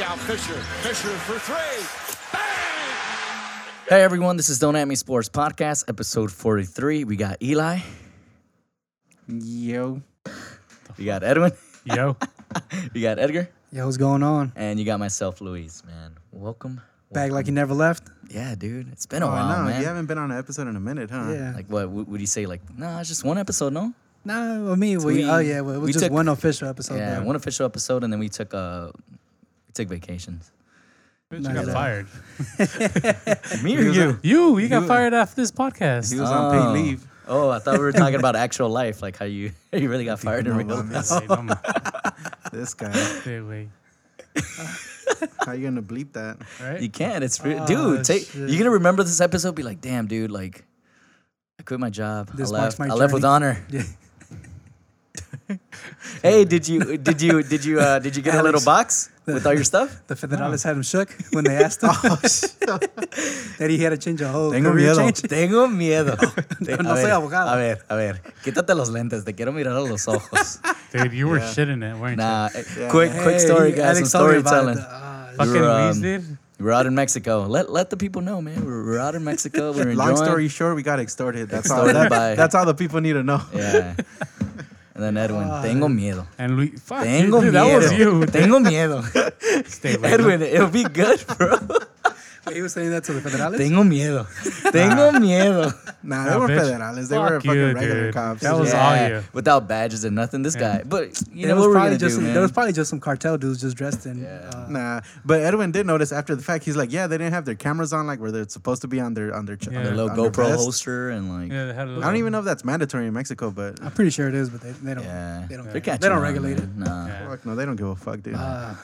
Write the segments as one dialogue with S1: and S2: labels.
S1: Now Fisher. Fisher for three. Bang!
S2: Hey everyone, this is Don't At Me Sports Podcast, episode 43. We got Eli,
S3: Yo.
S2: we got Edwin,
S4: Yo,
S2: we got Edgar,
S3: Yo, what's going on?
S2: and you got myself, Luis, man. Welcome.
S3: Back like you never left?
S2: Yeah, dude. It's been a
S5: Oh, I
S2: while,
S5: know.
S2: man.
S5: You haven't been on an episode in a minute, huh?
S3: Yeah.
S2: Like what would would you say like, nah, it's just one episode, no?
S3: No, well, me, we,
S2: we-
S3: oh yeah, well, it was
S2: we
S3: just
S2: took-
S3: one official
S5: Oh,
S3: episode.
S2: yeah,
S3: there.
S2: one official episode and then we took uh we took vacations.
S4: bitch,
S3: Nice.
S4: you got fired.
S2: Me or you?
S4: You, you got
S5: You-
S4: fired off this
S5: He
S4: podcast.
S5: was
S2: Oh.
S5: on paid leave.
S2: Oh, I thought we were talking about actual life, like how you you really got fired in
S5: No,
S2: real
S5: I mean,
S2: life.
S4: Wait, no more.
S5: This guy.
S4: Wait, wait.
S5: How you gonna bleep that?
S4: Right?
S2: You can. It's re-
S3: Oh,
S2: dude. Take,
S3: shit.
S2: you're gonna remember this episode. Be like, damn, dude. Like, I quit my job.
S3: This
S2: I
S3: marks
S2: left.
S3: my
S2: I left with
S3: journey."
S2: honor.
S3: Yeah.
S2: hey, did you did you did you uh, did you get a little
S3: Alex.
S2: box with all your stuff?
S3: The Federales had him shook when they asked him
S2: Oh,
S3: that he had to change a whole career change.
S2: Tengo miedo.
S3: No, no
S2: a,
S3: soy
S2: ver,
S3: abogado.
S2: a ver, a ver. Quítate los lentes. Te quiero mirar a los ojos.
S4: Dude, you were shitting it, weren't
S2: Nah. eh,
S5: Yeah.
S2: Quick quick
S3: Hey,
S2: story, guys. Some
S3: Alex told me about it.
S2: storytelling.
S3: Ah,
S4: you? Fucking
S2: you were,
S4: Reese,
S2: um,
S4: dude.
S2: We're out in Mexico. Let let the people know, man. We're, we're out in Mexico. We're enjoying.
S5: Long story short, we got extorted. That's all.
S2: Extorted
S5: that-
S2: by-
S5: that's all the people need to know.
S2: Yeah. And then Edwin,
S3: Ah, eh.
S2: tengo miedo.
S4: And Luis, fuck, dude,
S2: Tengo
S4: dude, that
S2: miedo.
S4: was you.
S2: Tengo miedo.
S4: Stay away.
S2: Edwin, it'll be good, bro.
S3: wait, he was saying that to the Federales?
S2: Tengo miedo. Tengo miedo.
S5: Nah,
S4: Nah,
S5: they were
S4: bitch.
S5: federales. They were
S4: Fuck you,
S5: fucking regular
S4: dude.
S5: cops.
S4: That was-
S5: yeah.
S4: all you.
S2: Without badges and nothing, this guy. But you
S3: It
S2: know
S3: was
S2: what we're
S3: probably
S2: gonna
S3: just
S2: do,
S3: some-
S2: man.
S3: There was probably just some cartel dudes just dressed in. uh,
S5: Nah, but Edwin did notice after the fact. He's like, "Yeah, they didn't have their cameras on, like where they're supposed to be on their on their, ch-
S4: Yeah.
S5: on
S2: a
S5: their,
S2: little
S5: on their
S2: GoPro
S5: vest.
S2: holster and like, yeah,
S4: Yeah, they had a
S5: I
S4: little,
S5: don't even know if that's mandatory in Mexico, but
S3: I'm pretty sure it is, but they, they don't. They don't.
S2: They're
S3: care.
S2: catching
S3: They don't
S2: on,
S3: regulate it.
S2: man. Nah.
S4: Yeah.
S5: fuck no, they don't give a fuck, dude.
S3: Uh,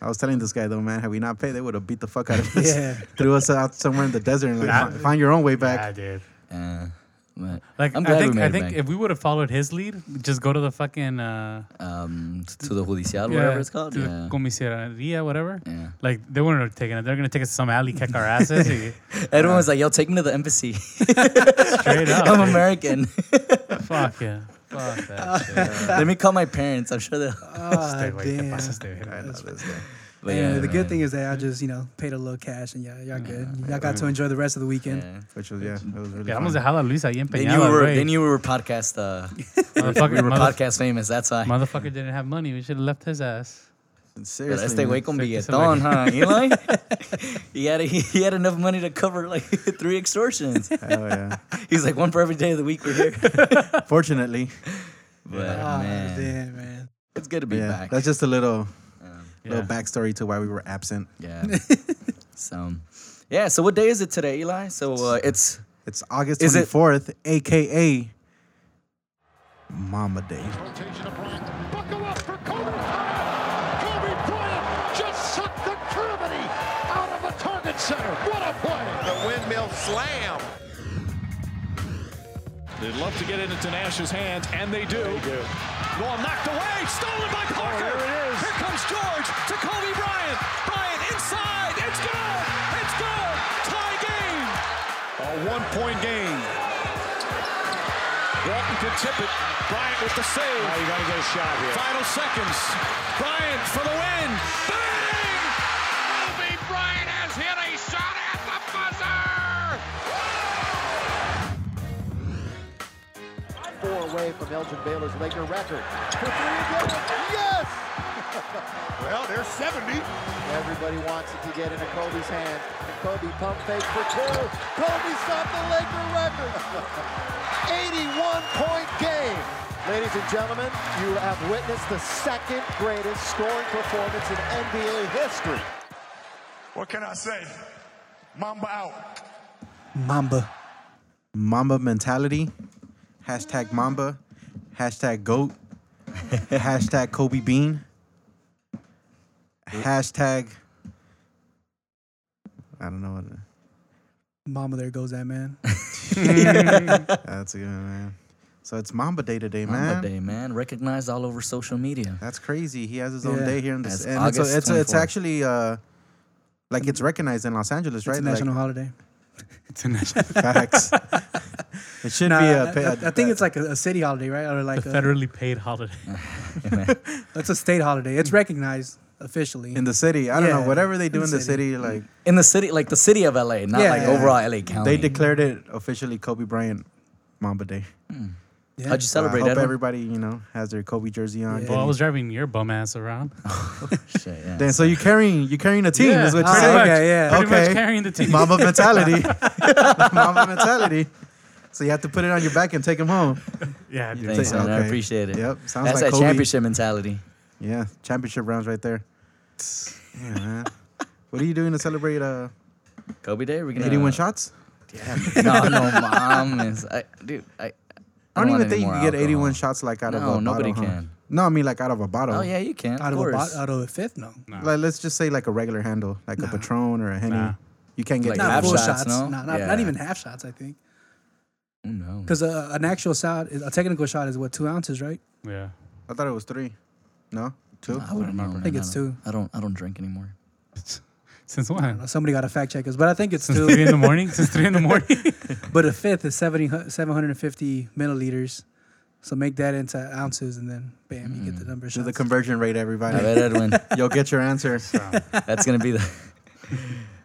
S5: I was telling this guy though, man, had we not paid, they would have beat the fuck out of us,
S3: Yeah.
S5: threw us out somewhere in the desert, and like
S4: Nah.
S5: "Fi- find, your own way back.
S4: Yeah, dude.
S2: Uh, but
S4: Like,
S2: I'm
S4: i
S2: glad we
S4: think,
S2: made
S4: I
S2: it
S4: think
S2: back.
S4: if we would have followed his lead, just go to the fucking, uh,
S2: um, to the judicial,
S4: yeah,
S2: whatever it's called.
S4: to the
S2: Yeah.
S4: comisaría, whatever.
S2: yeah.
S4: Like, they wouldn't have taken it. They're going to take us to some alley, kick our asses. and-
S2: Everyone was like, "Yo, take me to the embassy.
S4: straight up.
S2: I'm
S4: dude.
S2: American.
S4: Fuck yeah. Fuck that shit.
S2: Let me call my parents. I'm sure they'll."
S4: Stay
S3: ah,
S4: away. Te
S3: damn.
S4: pasas de verga.
S5: I know this guy.
S2: But
S3: And
S2: yeah,
S3: the
S2: man.
S3: good thing is that I just, you know, paid a little cash and yeah, y'all good. Y'all got to enjoy the rest of the weekend.
S2: Yeah.
S5: Which was yeah, it was really.
S4: Yeah,
S5: fun.
S4: vamos a dejar a Luis ahí
S2: They knew we
S4: empeñado,
S2: were.
S4: güey.
S2: They knew we were podcast. Uh,
S4: Motherfucker,
S2: we were
S4: mother-
S2: podcast famous. That's why.
S4: motherfucker didn't have money. We should have left his ass.
S5: Seriously,
S2: este
S5: man.
S2: güey con
S4: Se quiso
S2: billetón, huh? Eli? he had he, he had enough money to cover like three extortions.
S5: Hell yeah.
S2: He's like one for every day of the week we're here.
S5: Fortunately,
S2: But
S3: Ah,
S2: man,
S3: damn, man.
S2: it's good to be
S5: yeah.
S2: back.
S5: That's just a little
S4: Yeah.
S5: little backstory to why we were absent.
S2: yeah. so, yeah. So what day is it today, Eli? So uh, it's
S5: It's August
S2: Is
S5: twenty
S2: it-
S5: fourth, aka Mama Day.
S1: Rotation to Bryant. Buckle up for Kobe Bryant. Kobe Bryant just sucked the gravity out of the target center. What a play!
S6: The windmill slam.
S7: They'd love to get it into Nash's hands, and they do. Ball knocked away, stolen by Parker. Here comes George to Kobe Bryant. Bryant inside. It's good. It's good. Tie game. A one-point game. Walton can tip it. Bryant with the save. you got to get a shot here. Final seconds. Bryant for the win. Bang!
S8: Kobe Bryant has hit a shot at the buzzer!
S6: Four away from Elgin Baylor's Laker record. For three again. Yes! well, there's 70. Everybody wants it to get into Kobe's hands. And Kobe pump fake for two. Kobe stopped the Laker record. 81 point game. Ladies and gentlemen, you have witnessed the second greatest scoring performance in NBA history.
S9: What can I say? Mamba out.
S3: Mamba.
S5: Mamba mentality. Hashtag Mamba. Hashtag Goat. hashtag Kobe Bean. Hashtag. I don't know what.
S3: Mama, there goes that man.
S5: That's a good one, man. So it's Mamba Day today, man.
S2: Mama Day, man. Recognized all over social media.
S5: That's crazy. He has his own
S3: Yeah.
S5: day here in
S2: That's
S5: this. And it's,
S2: August
S5: a, it's, a, it's
S2: 24th.
S5: actually uh, like it's recognized in Los Angeles, right?
S3: It's a national holiday.
S4: It's a national,
S5: Like, facts. it should
S3: Nah,
S5: be
S3: I,
S5: a. pa-
S3: I- I think it's like a, a city holiday, right? Or like a,
S4: federally paid holiday.
S3: it's a state holiday. It's recognized. officially.
S5: in the city. I don't know
S3: Yeah,
S5: whatever they do
S3: in
S5: in
S3: the
S5: the city.
S2: Mm-hmm.
S5: like
S2: in the city, like the city of LA, not
S3: Yeah,
S2: like
S3: yeah.
S2: overall LA County.
S5: they declared it officially Kobe Bryant Mamba Day.
S3: yeah.
S2: How'd you
S5: So
S2: celebrate
S5: I hope
S2: Edwin?
S5: everybody you know has their Kobe jersey on.
S4: Well, I was driving your bum ass around.
S2: Shit, yeah.
S5: Then so you're carrying you're carrying a team. Is what
S3: Ah,
S5: you're saying.
S3: okay, yeah.
S4: Pretty
S5: Okay.
S4: much carrying the team.
S5: Mamba mentality. Mamba mentality. So you have to put it on your back and take him home.
S4: Yeah, dude.
S2: Thanks, man. I
S5: Okay.
S2: appreciate it.
S5: Yep, sounds
S2: That's
S5: like
S2: that
S5: Kobe.
S2: championship mentality.
S5: Yeah, championship rounds right there. Yeah, man. What are you doing to celebrate uh,
S2: Kobe Day, we're gonna
S5: 81 shots?
S2: No, no, mames. I, dude, I, I,
S5: I don't,
S2: want
S5: even
S2: any
S5: think you
S2: more
S5: can get 81
S2: alcohol.
S5: shots like out of a
S2: No,
S5: bottle.
S2: nobody
S5: huh?
S2: can.
S5: No, I mean like out of a bottle.
S2: Oh yeah, you can. Of
S3: out of a
S2: course.
S3: bot, out of a fifth? No.
S5: Like let's just say like a regular handle, like a Patron or a Henny.
S4: Nah.
S5: You can't get
S2: Like
S5: that.
S2: half
S3: Not full
S2: shots,
S3: shots.
S2: no?
S3: Nah, not, not
S2: Yeah.
S3: even half shots, I think.
S2: Oh, no.
S3: Because uh, an actual shot, is, a technical shot is what, two ounces, right?
S4: Yeah.
S5: I thought it was three. No, two.
S2: I wouldn't remember.
S3: I think it's two.
S2: I don't. I don't drink anymore.
S4: Since when?
S3: Uh, Somebody got to fact check us, but I think it's
S4: Since three
S3: two.
S4: in the morning. Since three in the morning.
S3: but a fifth is 70, 750 milliliters. So make that into ounces and then bam, you get the number of
S5: Do
S3: shots.
S5: the conversion rate,
S2: I
S5: everybody.
S2: bet Edwin.
S5: You'll get your answer.
S2: That's gonna be the.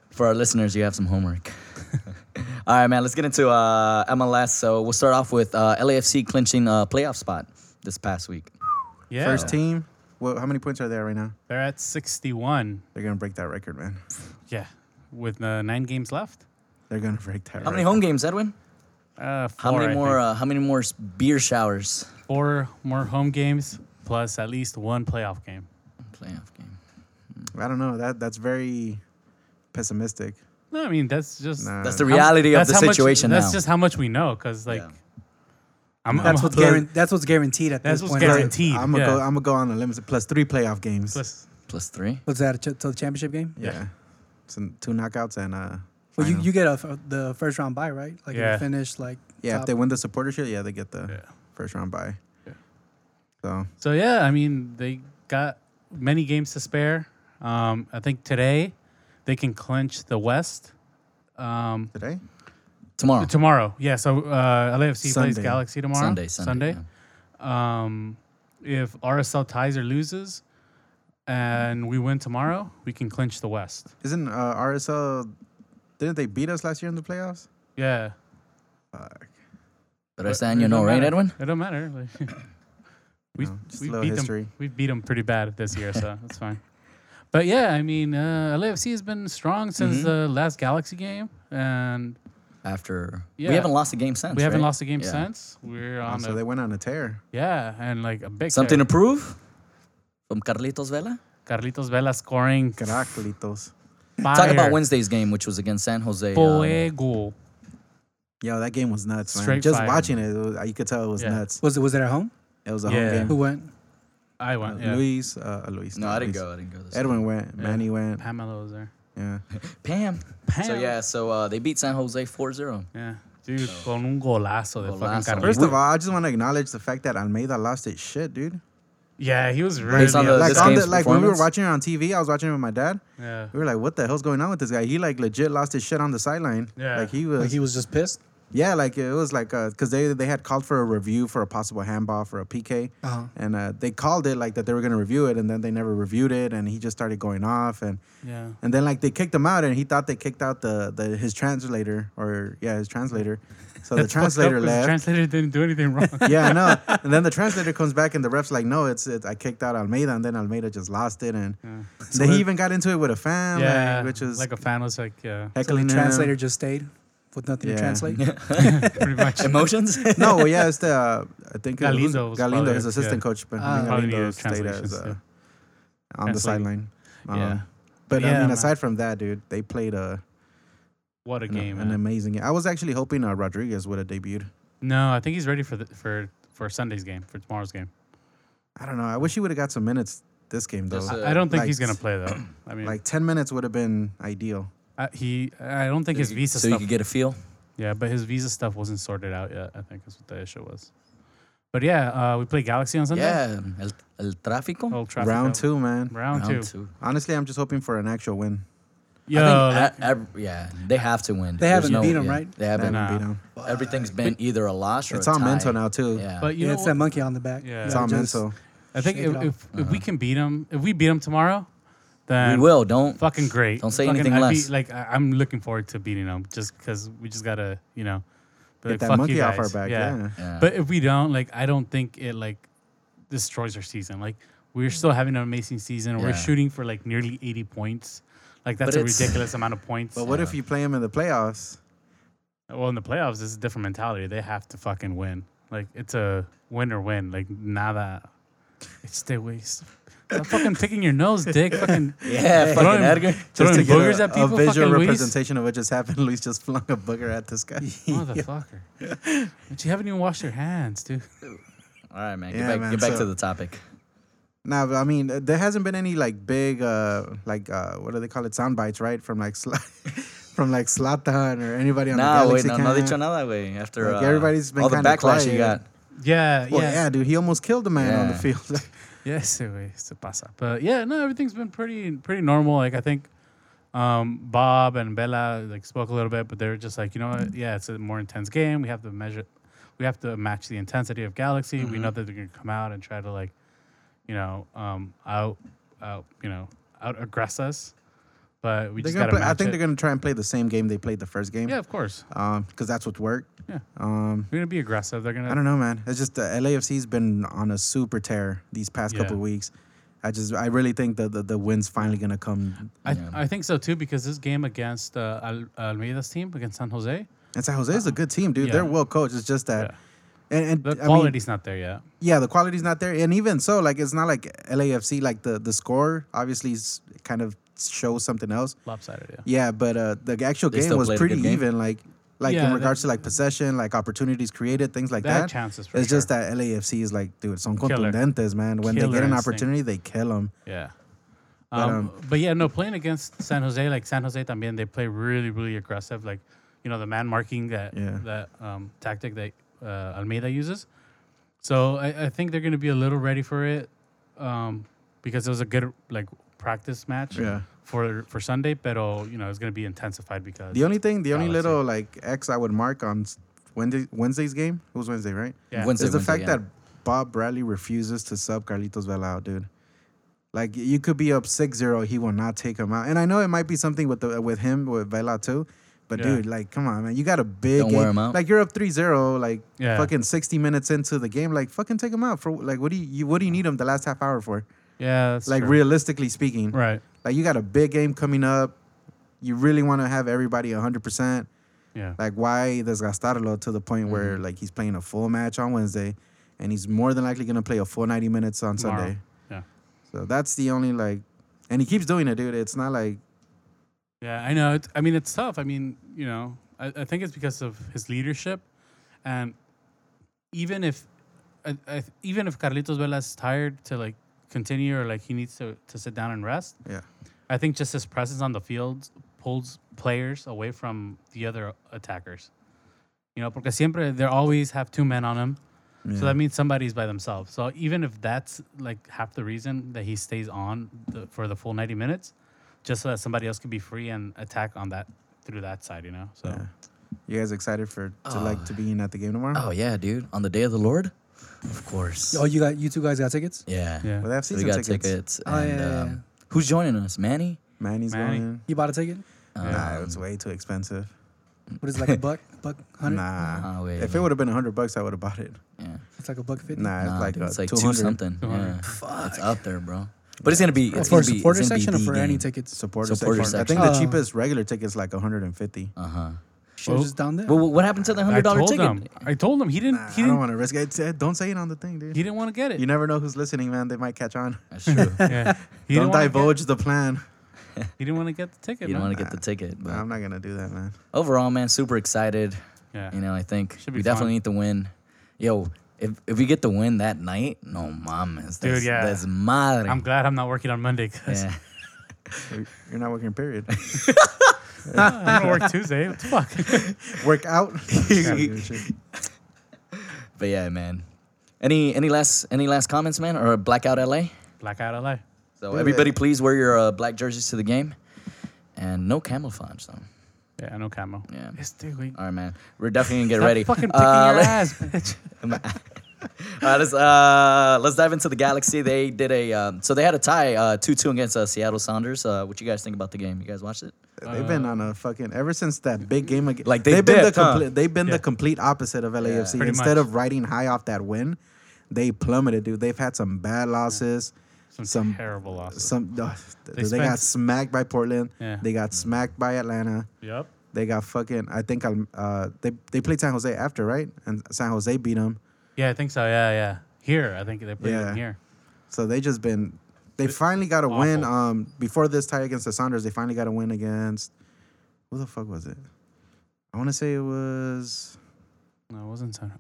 S2: For our listeners, you have some homework. All right, man. Let's get into uh, MLS. So we'll start off with uh, LAFC clinching a playoff spot this past week.
S4: Yeah.
S5: First team. Well, how many points are there right now?
S4: They're at 61.
S5: They're gonna break that record, man.
S4: Yeah. With uh, nine games left.
S5: They're gonna break that.
S2: How many
S5: record.
S2: home games, Edwin?
S4: Uh, four,
S2: How many
S4: I
S2: more?
S4: think.
S2: Uh, how many more s- beer showers?
S4: four more home games plus at least one playoff game.
S2: Playoff game.
S5: I don't know. That that's very pessimistic.
S4: No, I mean that's just
S5: Nah.
S2: That's the reality of
S4: that's
S2: the
S4: Uh, how much-
S2: situation now.
S4: That's just how much we know, because like,
S2: Yeah.
S4: I'm,
S3: that's,
S4: I'm
S3: what's guaran- that's what's guaranteed at
S4: That's
S3: this
S4: what's
S3: point.
S4: guaranteed.
S3: right?
S4: Guaranteed,
S5: I'm gonna
S4: yeah.
S5: go. I'm gonna go on the limits. Plus three playoff games.
S4: plus-
S2: plus three.
S3: What's that, ch- till the championship game?
S5: yeah. Some two knockouts and uh.
S3: Well, you,
S5: final.
S3: you get a, f- the first round bye, right? Like
S4: Yeah.
S3: you finish like
S5: yeah. If
S3: top-
S5: they win the supportership, yeah, they get the
S4: Yeah.
S5: first round bye. So
S4: So yeah, I mean they got many games to spare. Um, I think today they can clinch the West. Um,
S5: today,
S2: Tomorrow.
S4: tomorrow, yeah. So uh, LAFC plays
S5: Sunday.
S4: Galaxy tomorrow.
S2: Sunday. Sunday.
S4: Um, if RSL ties or loses, and we win tomorrow, we can clinch the West.
S5: isn't uh, RSL? Didn't they beat us last year in the playoffs?
S4: Yeah.
S5: Fuck.
S2: But I stand,
S4: It
S2: you know,
S4: don't
S2: right,
S4: matter.
S2: Edwin?
S4: It don't matter. Like, we
S5: just a
S4: we
S5: little
S4: beat
S5: history.
S4: them. We beat them pretty bad this year, so that's fine. But yeah, I mean, uh, LAFC has been strong since
S2: Mm-hmm.
S4: the last Galaxy game, and
S2: After
S4: Yeah.
S2: we haven't lost a game since.
S4: we haven't
S2: right?
S4: lost a game
S2: Yeah.
S4: since. We're on
S5: So
S4: a,
S5: they went on a tear.
S4: yeah, and like a big
S2: Something to
S4: tear.
S2: prove from Carlitos Vela.
S4: Carlitos Vela scoring
S5: Caracolitos.
S4: fire.
S2: Talk about Wednesday's game, which was against San Jose. uh,
S4: Fuego.
S5: Yo, that game was nuts, man.
S4: Straight
S5: Just
S4: fire.
S5: watching it, it was- you could tell it was
S4: Yeah.
S5: nuts.
S3: Was it was it at home?
S5: It was a
S4: Yeah.
S5: home
S3: Who
S5: game.
S3: went?
S4: I went. Yeah.
S5: Luis, uh, Luis.
S2: no,
S5: not
S2: I didn't
S5: Luis.
S2: go. I didn't go. This
S5: Edwin went. Manny went.
S4: Pamela was there.
S5: Yeah.
S2: Pam.
S4: Pam.
S2: So yeah, so uh, they beat San Jose 4-0.
S4: Yeah. Dude, con un golazo de
S2: Golazo.
S4: fucking
S5: First
S4: Carlitos.
S5: of all, I just want to acknowledge the fact that Almeida lost his shit, dude.
S4: Yeah, he was really.
S2: Based on the-
S5: Like
S2: this
S5: on the,
S2: game's
S5: like when we were
S2: performance?
S5: watching it on TV, I was watching it with my dad.
S4: yeah.
S5: We were like, "What the hell's going on with this guy? He like legit lost his shit on the sideline.
S4: Yeah.
S5: like he was,
S3: Like he was just pissed.
S5: yeah, like it was like because they they had called for a review for a possible handball for a PK,
S3: Uh-huh.
S5: and uh, they called it like that they were gonna review it, and then they never reviewed it, and he just started going off, and
S4: Yeah.
S5: and then like they kicked him out, and he thought they kicked out the the his translator or yeah his translator, so the
S4: That's fucked up
S5: translator
S4: 'cause the
S5: left.
S4: translator didn't do anything wrong.
S5: yeah, I know. And then the translator comes back, and the ref's like, "No, it's it, I kicked out Almeida," and then Almeida just lost it, and then he even got into it with a fan, like,
S4: yeah,
S5: which is
S4: like a fan was like, yeah,
S3: So the
S5: heckling him.
S3: translator just stayed with nothing
S5: Yeah.
S3: to translate.
S4: pretty much.
S2: Emotions.
S5: no, well, yeah, it's the uh, I think it was-
S4: Galindo was
S5: Galindo,
S4: probably-
S5: his assistant
S4: yeah.
S5: coach, but
S3: Ah.
S5: I think
S4: Probably
S5: Galindo
S4: needed
S5: stayed as
S4: translations,
S5: uh,
S4: yeah.
S5: on the
S4: Translating.
S5: sideline. Um,
S4: Yeah.
S5: But
S4: Yeah,
S5: I mean,
S4: man.
S5: aside from that, dude, they played a
S4: what a
S5: an,
S4: game!
S5: an
S4: man.
S5: amazing game. I was actually hoping uh, Rodriguez would have debuted.
S4: no, I think he's ready for the for for Sunday's game for tomorrow's game.
S5: I don't know. I wish he would have got some minutes this game though.
S2: Just, uh,
S4: I I don't think
S5: like-
S4: he's gonna play though. I mean,
S5: like ten minutes would have been ideal.
S4: I, he, I don't think his visa
S2: so you
S4: stuff.
S2: could get a feel.
S4: yeah, but his visa stuff wasn't sorted out yet. I think is what the issue was. But yeah, uh, we play Galaxy on Sunday.
S2: Yeah. El, el tráfico.
S4: Old Trafford
S5: Round
S4: Cup.
S5: two, man.
S4: Round, two.
S2: Round two.
S5: Honestly, I'm just hoping for an actual win.
S4: Yo,
S2: I
S4: like-
S2: think, I- I- yeah, they have to win.
S3: They
S2: There's
S3: haven't
S2: no-
S3: beat 'em,
S2: yeah,
S3: right?
S2: They
S5: That
S2: haven't.
S5: would
S4: nah.
S5: beat 'em.
S2: Everything's been either a loss or
S5: It's
S2: a
S5: on
S2: tie.
S5: mental now too.
S2: Yeah.
S4: but you
S3: yeah,
S4: know,
S3: it's
S4: what?
S3: that monkey on the back.
S4: Yeah.
S3: You
S5: It's
S3: gotta
S5: on
S3: just-
S5: mental.
S4: I think
S3: Shake
S4: if,
S3: it off.
S4: if, if we can beat them, if we beat them tomorrow, then
S2: We will. Don't
S4: Fucking great.
S2: Don't say
S4: Fucking-
S2: anything
S4: I'd be-
S2: less.
S4: like I, I'm looking forward to beating them, just because we just gotta, you know, be
S5: Get
S4: like,
S5: that
S4: "Fuck
S5: monkey
S4: you
S5: off our
S4: guys."
S5: back, yeah.
S2: Yeah.
S4: But if we don't, like, I don't think it like destroys our season. Like, we're still having an amazing season.
S2: Yeah.
S4: We're shooting for like nearly 80 points. Like that's a
S2: But it's-
S4: ridiculous amount of points.
S5: But what if you play him in the playoffs?
S4: Well, in the playoffs, it's a different mentality. They have to fucking win. Like it's a win or win. Like nada. It's their waste. Stop fucking picking your nose, dick. Fucking
S2: yeah,
S4: throwing-
S2: fucking Edgar.
S4: Throwing
S5: to get
S4: boogers
S5: a,
S4: at people.
S5: a visual
S4: fucking Luis?
S5: representation of what just happened, Luis just flung a booger at this guy.
S4: Motherfucker. But you haven't even washed your hands, dude.
S2: All right, man. Get
S5: Yeah,
S2: back,
S5: man,
S2: get back
S5: so-
S2: to the topic.
S5: Nah, but I mean, uh, there hasn't been any like big, uh, like uh, what do they call it, sound bites, right? From like, Sla- from like Slatan or anybody on
S2: Nah,
S5: the
S2: wait,
S5: Galaxy
S2: no, no,
S5: camera.
S2: dicho nada, way. After
S5: Like,
S2: uh,
S5: everybody's been
S2: all the
S5: kinda
S2: backlash you got.
S5: quiet.
S4: Yeah,
S5: Well,
S4: yes.
S5: yeah, dude, he almost killed a man on the
S2: Yeah.
S5: field.
S4: Yes, it was- se pasa. But yeah, no, everything's been pretty pretty normal. Like I think um, Bob and Bella like spoke a little bit, but they were just like, you know what? Yeah, it's a more intense game. We have to measure, we have to match the intensity of Galaxy. We
S5: Mm-hmm.
S4: know that they're gonna come out and try to like, you know, um, out out you know out aggress us. But we
S5: They're
S4: just
S5: gonna
S4: gotta.
S5: play, I
S4: match
S5: think
S4: it.
S5: they're gonna try and play the same game they played the first game.
S4: Yeah, of course.
S5: because that's what worked.
S4: Yeah,
S5: Um,
S4: they're gonna be aggressive. They're gonna.
S5: I don't know, man. It's just uh, the LAFC's been on a super tear these past
S4: Yeah.
S5: couple weeks. I just, I really think that the, the win's finally gonna come.
S4: I, I think so too because this game against uh, Al- Almeida's team against San Jose,
S5: And San Jose is a good team, dude.
S4: yeah.
S5: They're well coached. It's just that, and, and
S4: the
S5: I mean,
S4: quality's not there yet.
S5: yeah, the quality's not there. And even so, like it's not like LAFC. Like the the score obviously s- kind of shows something else.
S4: Lopsided, yeah.
S5: Yeah, but uh, the actual
S2: They
S5: game
S2: still
S5: was
S2: played a good
S5: pretty
S2: game.
S5: even. Like, like
S4: Yeah,
S5: in
S4: they-
S5: regards to like possession, like opportunities created, things like
S4: They had
S5: that.
S4: chances, for
S5: it's just
S4: sure.
S5: that LAFC is like, dude, son
S4: Killer.
S5: contundentes, man. When they
S4: Killer
S5: get an
S4: instinct.
S5: opportunity, they kill them.
S4: Yeah. Um, but,
S5: um,
S4: yeah, no, playing against San Jose, like San Jose también, they play really, really aggressive. Like, you know, the man marking that
S5: Yeah.
S4: that um, tactic that uh, Almeida uses. So I, I think they're going to be a little ready for it um, because it was a good like practice match
S5: Yeah.
S4: for for Sunday, but you know, it's going to be intensified because
S5: The only thing, the only
S4: Galaxy.
S5: little like X I would mark on s- Wednesday, Wednesday's game. It was Wednesday, right?
S4: yeah,
S2: Wednesday,
S5: Is the
S2: Wednesday,
S5: fact
S2: yeah.
S5: that Bob Bradley refuses to sub Carlitos Vela out, dude. Like you could be up 6-0, he will not take him out. And I know it might be something with the with him with Vela too. But
S4: Yeah.
S5: dude, like come on, man. You got a big
S2: Don't
S5: game.
S2: wear him out.
S5: Like you're up 3-0, like
S4: Yeah.
S5: fucking 60 minutes into the game, like fucking take him out for like what do you, you what do you need him the last half hour for?
S4: yeah, that's
S5: Like
S4: true.
S5: realistically speaking.
S4: right,
S5: Like you got a big game coming up. You really want to have everybody 100%
S4: yeah, Mm-hmm.
S5: like why desgastarlo to the point where like he's playing a full match on Wednesday and he's more than likely gonna play a full 90 minutes on
S4: Tomorrow.
S5: Sunday.
S4: yeah.
S5: So that's the only like and he keeps doing it, dude. It's not like
S4: Yeah, I know. It's, I mean, it's tough. I mean, you know, I, I think it's because of his leadership, and even if, I, I, even if Carlitos Vela is tired to like continue or like he needs to to sit down and rest,
S5: yeah.
S4: I think just his presence on the field pulls players away from the other attackers. You know, porque siempre they always have two men on him. So that means somebody's by themselves. So even if that's like half the reason that he stays on the, for the full 90 minutes, just so that somebody else can be free and attack on that through that side, you know? So
S5: You guys excited for to like to being at the game tomorrow?
S2: Oh yeah, dude. On the day of the Lord, of course.
S3: Oh, you got you two guys got tickets?
S2: yeah.
S4: yeah.
S5: Well, they have
S2: So
S5: season
S2: we got
S5: tickets.
S2: tickets.
S3: Oh,
S2: and,
S3: yeah, yeah,
S2: um,
S3: yeah.
S2: Who's joining us? Manny.
S5: Manny's
S4: Manny.
S5: going.
S3: You bought a ticket?
S2: Oh.
S5: Nah, it's way too expensive.
S3: What is it, like a buck? Buck hundred?
S5: Nah.
S2: Oh, wait,
S5: if
S2: wait.
S5: it would have been 100 bucks, I would have bought it.
S2: Yeah.
S3: It's like a buck fifty.
S5: Nah,
S2: Nah,
S5: it's like,
S2: dude,
S5: uh,
S2: it's like two
S5: 200
S2: something. Yeah. Fuck. It's up there, bro. But it's gonna be it's
S3: Oh, For
S2: gonna be,
S3: supporter
S2: it's gonna be
S3: section or
S2: the
S3: for any
S2: game.
S3: tickets?
S5: Supporter,
S2: Supporter
S5: section. I
S2: section.
S5: think the
S3: Oh.
S5: cheapest regular ticket's like 150.
S2: Uh huh.
S3: Should just down there.
S2: Well, wh- what happened to the
S4: I
S2: hundred dollar
S4: told
S2: ticket?
S4: him. I told him he didn't.
S5: Nah,
S4: he
S5: I
S4: didn't.
S5: don't want to risk it. It's- Don't say it on the thing, dude.
S4: he didn't want to get it.
S5: You never know who's listening, man. They might catch on.
S2: That's true.
S4: yeah. he
S5: Don't
S4: didn't wanna get-
S5: divulge the plan.
S4: he didn't want to get the ticket.
S2: you don't
S4: man.
S2: want to get the ticket. But
S5: Nah, I'm not gonna do that, man.
S2: overall, man, super excited.
S4: Yeah.
S2: You know, I think
S4: Should be
S2: we definitely
S4: fun.
S2: need the win. Yo, if if we get the win that night, no mames.
S4: Dude,
S2: that's-
S4: yeah.
S2: That's madre.
S4: I'm glad I'm not working on Monday 'cause
S2: yeah.
S5: You're- You're not working. Period.
S4: I'm gonna work Tuesday. What the fuck?
S5: Work out. Yeah, dude, shit.
S2: But yeah, man. Any any last any last comments, man, or blackout LA?
S4: Blackout LA.
S2: So
S5: Do
S2: everybody,
S5: it.
S2: please wear your uh, black jerseys to the game, and no camouflage though.
S4: Yeah, no camo.
S2: Yeah.
S4: It's too weak.
S2: All right, man. We're definitely gonna get
S5: Uh,
S4: Stop
S2: ready.
S4: Fucking picking
S2: Uh,
S4: your
S2: let-
S4: ass, bitch.
S2: All right, let's uh, let's dive into the Galaxy. They did a um, so they had a tie uh, two two against uh, Seattle Sounders. Uh, what you guys think about the game? You guys watched it?
S5: They've been on a fucking ever since that big game again.
S2: Like, they
S5: have been the
S2: dipped, huh?
S5: complete, they've been
S4: Yeah.
S5: the complete opposite of LAFC.
S4: Pretty much.
S5: Instead of riding high off that win, they plummeted, dude. They've had some bad losses.
S4: Some,
S5: Some-
S4: terrible losses.
S5: Some ugh, th-
S4: They
S5: they,
S4: spent-
S5: got smacked by Portland.
S4: Yeah.
S5: They got smacked by Atlanta.
S4: Yep.
S5: They got fucking. I think I'm. Uh, they they played San Jose after, right? And San Jose beat them.
S4: Yeah, I think so. Yeah, yeah. Here, I think they played
S5: Yeah.
S4: them here.
S5: So they just been. They finally got a win.
S4: awful.
S5: Um, before this tie against the Sounders, they finally got a win against. Who the fuck was it? I want to say it was.
S4: No, it wasn't. San-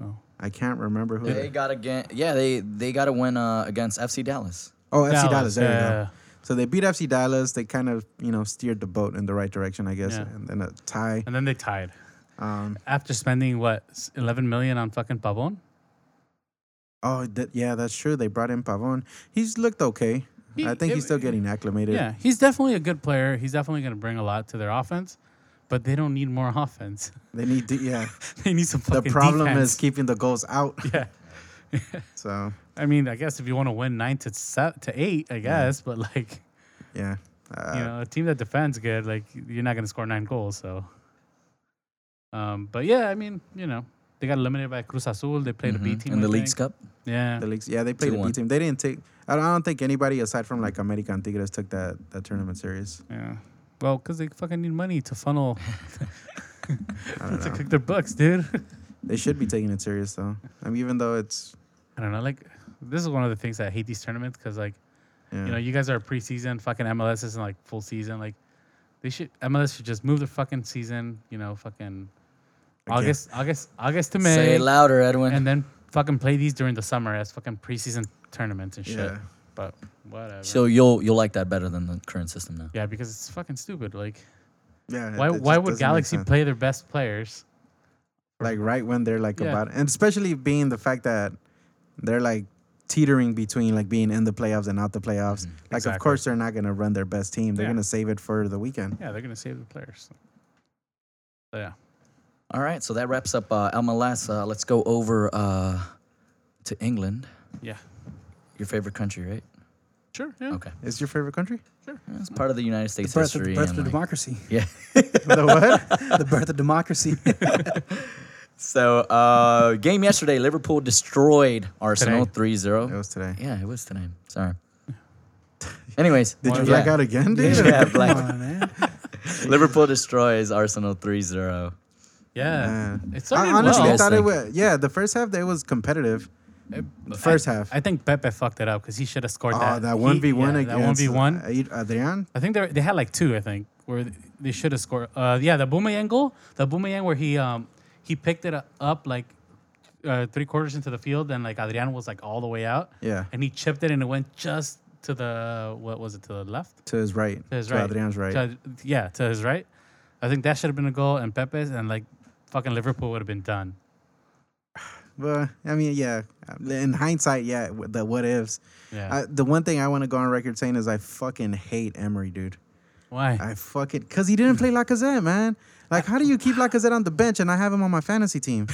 S4: No.
S5: I can't remember who.
S2: They got again. Yeah, they they got a win uh, against FC Dallas.
S5: Oh, FC Dallas.
S4: Dallas, yeah,
S5: There we
S4: yeah, yeah.
S5: go. So they beat FC Dallas. They kind of, you know, steered the boat in the right direction, I guess.
S4: Yeah.
S5: And then a tie.
S4: And then they tied.
S5: Um,
S4: After spending what s- 11 million on fucking Pavon.
S5: Oh, that, yeah, that's true. They brought in Pavon. He's looked okay.
S4: He-
S5: I think
S4: it-
S5: he's still getting acclimated.
S4: Yeah, he's definitely a good player. He's definitely going to bring a lot to their offense, but they don't need more offense.
S5: They need to, yeah.
S4: they need some
S5: The
S4: fucking
S5: problem
S4: defense.
S5: is keeping the goals out.
S4: Yeah.
S5: So,
S4: I mean, I guess if you want to win nine to se- to eight, I guess, but like
S5: yeah. Uh,
S4: you know, a team that defends good, like you're not going to score nine goals. So, um, but yeah, I mean, you know, they got eliminated by Cruz Azul. They played a B team
S2: in Mm-hmm. the
S4: I
S2: League's
S4: think.
S2: Cup.
S4: Yeah,
S5: The leagues, yeah, they played a
S2: 2-1.
S5: B team. They didn't take. I don't, I don't think anybody aside from like America and Tigres took that that tournament serious.
S4: yeah. Well, because they fucking need money to funnel to cook their books, dude.
S5: They should be taking it serious though. I mean, even though it's
S4: I don't know. Like, this is one of the things that I hate these tournaments because, like,
S5: yeah,
S4: you know, you guys are preseason. Fucking MLS isn't like full season. Like, they should MLS should just move the fucking season. You know, fucking August, August, August to May.
S2: Say it louder, Edwin.
S4: and then fucking play these during the summer as fucking preseason tournaments and shit.
S5: Yeah.
S4: But whatever.
S2: so you'll you'll like that better than the current system now.
S4: yeah, because it's fucking stupid. Like,
S5: yeah.
S4: why
S5: it- it
S4: why
S5: just
S4: would
S5: doesn't make
S4: Galaxy
S5: sense.
S4: play their best players?
S5: like right when they're like
S4: Yeah.
S5: about, and especially being the fact that they're like teetering between like being in the playoffs and out the playoffs. Like,
S4: Mm-hmm. Exactly.
S5: of course, they're not gonna run their best team. They're
S4: Yeah.
S5: gonna save it for the weekend.
S4: Yeah, they're gonna save the players. So, yeah,
S2: All right, so that wraps up uh, MLS. Uh, let's go over uh, to England,
S4: yeah,
S2: your favorite country, right?
S4: sure, yeah.
S2: Okay,
S5: Is your favorite country?
S2: it's part of the United States
S3: birth of,
S2: history.
S3: birth
S2: and,
S3: of
S2: like-
S3: democracy.
S2: yeah.
S5: the what?
S3: the birth of democracy.
S2: So uh, game yesterday, Liverpool destroyed Arsenal
S4: Today.
S2: 3-0.
S5: It was today.
S2: Yeah, it was today. Sorry. Anyways,
S5: Did you
S2: yeah.
S5: black out again, dude?
S2: Yeah, black.
S3: Come on, man.
S2: Liverpool destroys Arsenal 3-0.
S4: Yeah,
S5: Yeah.
S4: it
S5: I
S4: started
S5: honestly
S4: well.
S2: guys
S5: thought it
S2: think?
S5: was yeah. The first half it was competitive. The first half.
S4: I think Pepe fucked it up because he should have scored
S5: Oh,
S4: that.
S5: that
S4: He-
S5: one v one
S4: yeah,
S5: against uh,
S4: That one v one.
S5: Ad- Adrian.
S4: I think they they had like two. I think where th- they should have scored. Uh, yeah, the boomerang goal, the boomerang where he um he picked it up like uh, three quarters into the field, and like Adriano was like all the way out.
S5: Yeah.
S4: and he chipped it, and it went just to the what was it to the left?
S5: To his right.
S4: To his right.
S5: Adrian's right.
S4: To- yeah, to his right. I think that should have been a goal, and Pepe's, and like fucking Liverpool would have been done.
S5: Well, I mean, yeah. In hindsight, yeah. w- The what ifs.
S4: Yeah.
S5: I, the one thing I want to go on record saying is I fucking hate Emery, dude.
S4: Why?
S5: I fucking because he didn't play Lacazette, man. Like, how do you keep Lacazette on the bench and I have him on my fantasy team?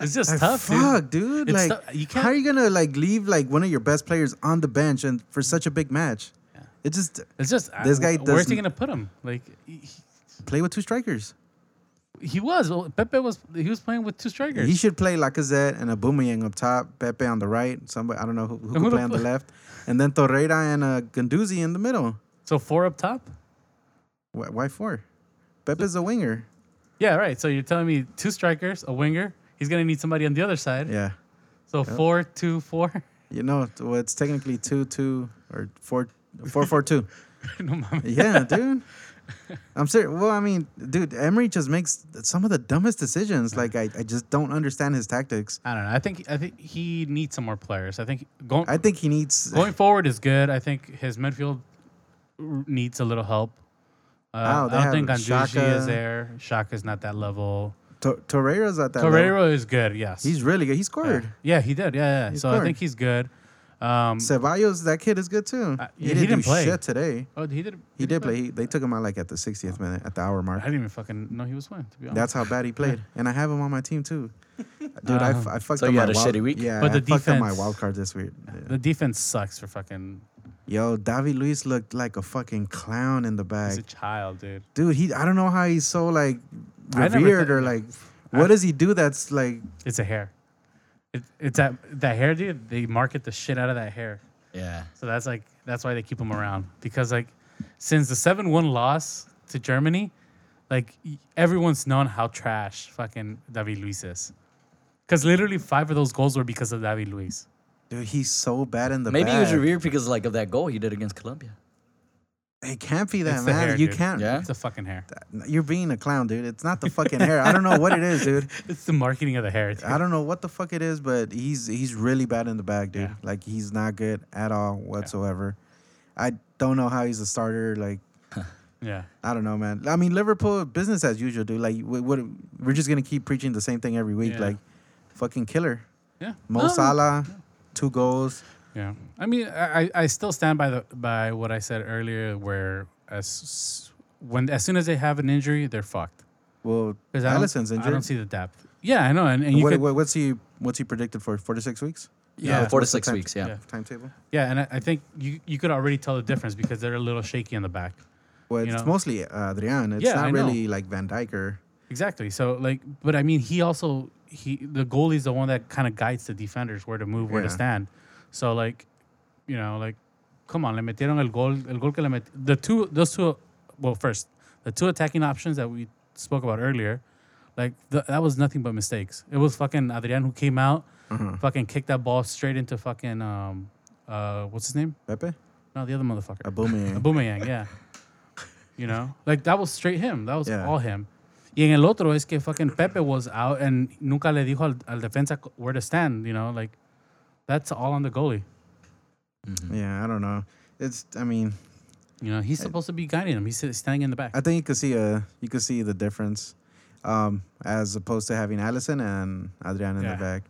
S4: it's just
S5: Like,
S4: tough, dude.
S5: fuck, dude.
S4: It's
S5: Like,
S4: tou- you
S5: how are
S4: can't-
S5: you gonna like leave like one of your best players on the bench and for such a big match? It just
S4: It's just I-
S5: This guy
S4: Where's he
S5: doesn't-
S4: gonna put him? Like. He,
S5: play with two strikers.
S4: he was well, Pepe was he was playing with two strikers.
S5: He should play Lacazette and a Boomerang up top, Pepe on the right, somebody I don't know who,
S4: Who
S5: who could
S4: the
S5: play on the
S4: fu-
S5: left, and then Torreira and uh, Ganduzi in the middle.
S4: so four up top.
S5: Why, why four? Pepe's a winger.
S4: Yeah, right. So you're telling me two strikers, a winger. He's gonna need somebody on the other side.
S5: Yeah,
S4: So four, two, four.
S5: you know well, it's technically two two or four four four two.
S4: no, mami.
S5: Yeah, dude. I'm serious. Well, I mean, dude, Emery just makes some of the dumbest decisions. Like, I, I just don't understand his tactics.
S4: I don't know. I think I think he needs some more players. I think going
S5: I think he needs.
S4: going forward is good. I think his midfield r- needs a little help. Uh,
S5: Oh, they
S4: I don't think
S5: have
S4: Ganduzi
S5: Xhaka.
S4: is there. Shaka's not that level.
S5: Tor- Torreira's at that. level.
S4: Torreira is good. Yes,
S5: He's really good. He scored.
S4: yeah, he did. Yeah, yeah. so I
S5: scored.
S4: think he's good. Um,
S5: Ceballos, that kid is good too.
S4: Uh,
S5: he,
S4: yeah,
S5: didn't
S4: he didn't
S5: do
S4: play.
S5: shit today.
S4: oh, he did.
S5: He did play. He, they took him out like at the 60th minute, at the hour
S4: I
S5: mark.
S4: didn't even fucking know Uh, he was playing. To be honest,
S5: That's how bad he played. And I have him on my team too. dude. I I, f- I fucked
S2: So
S5: up
S2: you
S5: my
S2: had a
S5: wild-
S2: shitty week?
S5: Yeah,
S4: But
S5: I
S4: the
S5: fucked up my
S4: defense-
S5: wild card this week. Yeah.
S4: The defense sucks for fucking.
S5: Yo, Davi Luis looked like a fucking clown in the
S4: He's a
S5: bag,
S4: child, dude.
S5: dude. He I don't know how he's so like
S4: I never
S5: revered
S4: thi-
S5: or like. What does he do that's like
S4: It's a hair. It, it's that that hair, dude. They market the shit out of that hair.
S2: Yeah.
S4: So that's like that's why they keep him around because like since the seven one loss to Germany, like y- everyone's known how trash fucking David Luis is. Because literally five of those goals were because of David Luis.
S5: Dude, he's so bad in the
S2: Maybe he was
S5: bag.
S2: revered because like of that goal he did against Colombia.
S5: It can't be that,
S4: It's the
S5: man.
S4: hair,
S5: you
S4: dude.
S5: can't.
S2: Yeah.
S4: It's the fucking hair.
S5: You're being a clown, dude. It's not the fucking hair. I don't know what it is, dude.
S4: It's the marketing of the hair. dude.
S5: I don't know what the fuck it is, but he's he's really bad in the back, dude.
S4: Yeah.
S5: Like he's not good at all whatsoever. I don't know how he's a starter. Like
S4: Yeah.
S5: I don't know, man. I mean, Liverpool business as usual, dude. Like we, what, we're just gonna keep preaching the same thing every week.
S4: Yeah.
S5: Like fucking killer,
S4: Yeah.
S5: Mo
S4: No.
S5: Salah, two goals.
S4: Yeah, I mean, I, I I still stand by the by what I said earlier, where as when as soon as they have an injury, they're fucked.
S5: Well,
S4: Because I,
S5: Allison's
S4: don't- I don't
S5: injured.
S4: see the depth. Yeah, I know, and, and you
S5: What,
S4: could,
S5: what, what's he what's he predicted for? Four to six weeks
S4: yeah,
S2: Uh, four to
S5: What's the
S2: six
S5: time-
S2: weeks. Yeah.
S4: Yeah.
S5: timetable.
S4: yeah, and I, I think you you could already tell the difference because they're a little shaky in the back.
S5: Well,
S4: You
S5: it's
S4: know?
S5: mostly uh, Adrian. It's
S4: Yeah,
S5: not
S4: I know.
S5: really like Van Dijk or
S4: Exactly. So like, but I mean, he also he the goalie's the one that kind of guides the defenders where to move, where to
S5: Yeah.
S4: stand. So like, you know, like, come on, le metieron el gol, el gol que le met. The two, those two, well, first the two attacking options that we spoke about earlier, like th- that was nothing but mistakes. It was fucking Adrian who came out, fucking kicked that ball straight into fucking um, uh, what's his name?
S5: Pepe.
S4: No, the other motherfucker.
S5: A booming.
S4: A boomerang, yeah. You know, like that was straight him. That was
S5: Yeah.
S4: all him. Y en el otro es que fucking Pepe was out and nunca le dijo al, al defensa c- where to stand. You know, like that's all on the goalie.
S5: yeah, I don't know. It's I mean,
S4: You know, he's supposed to be guiding him. He's s- standing in the back.
S5: I think you could see a you could see the difference, um, as opposed to having Allison and Adrian in
S4: Yeah.
S5: the back.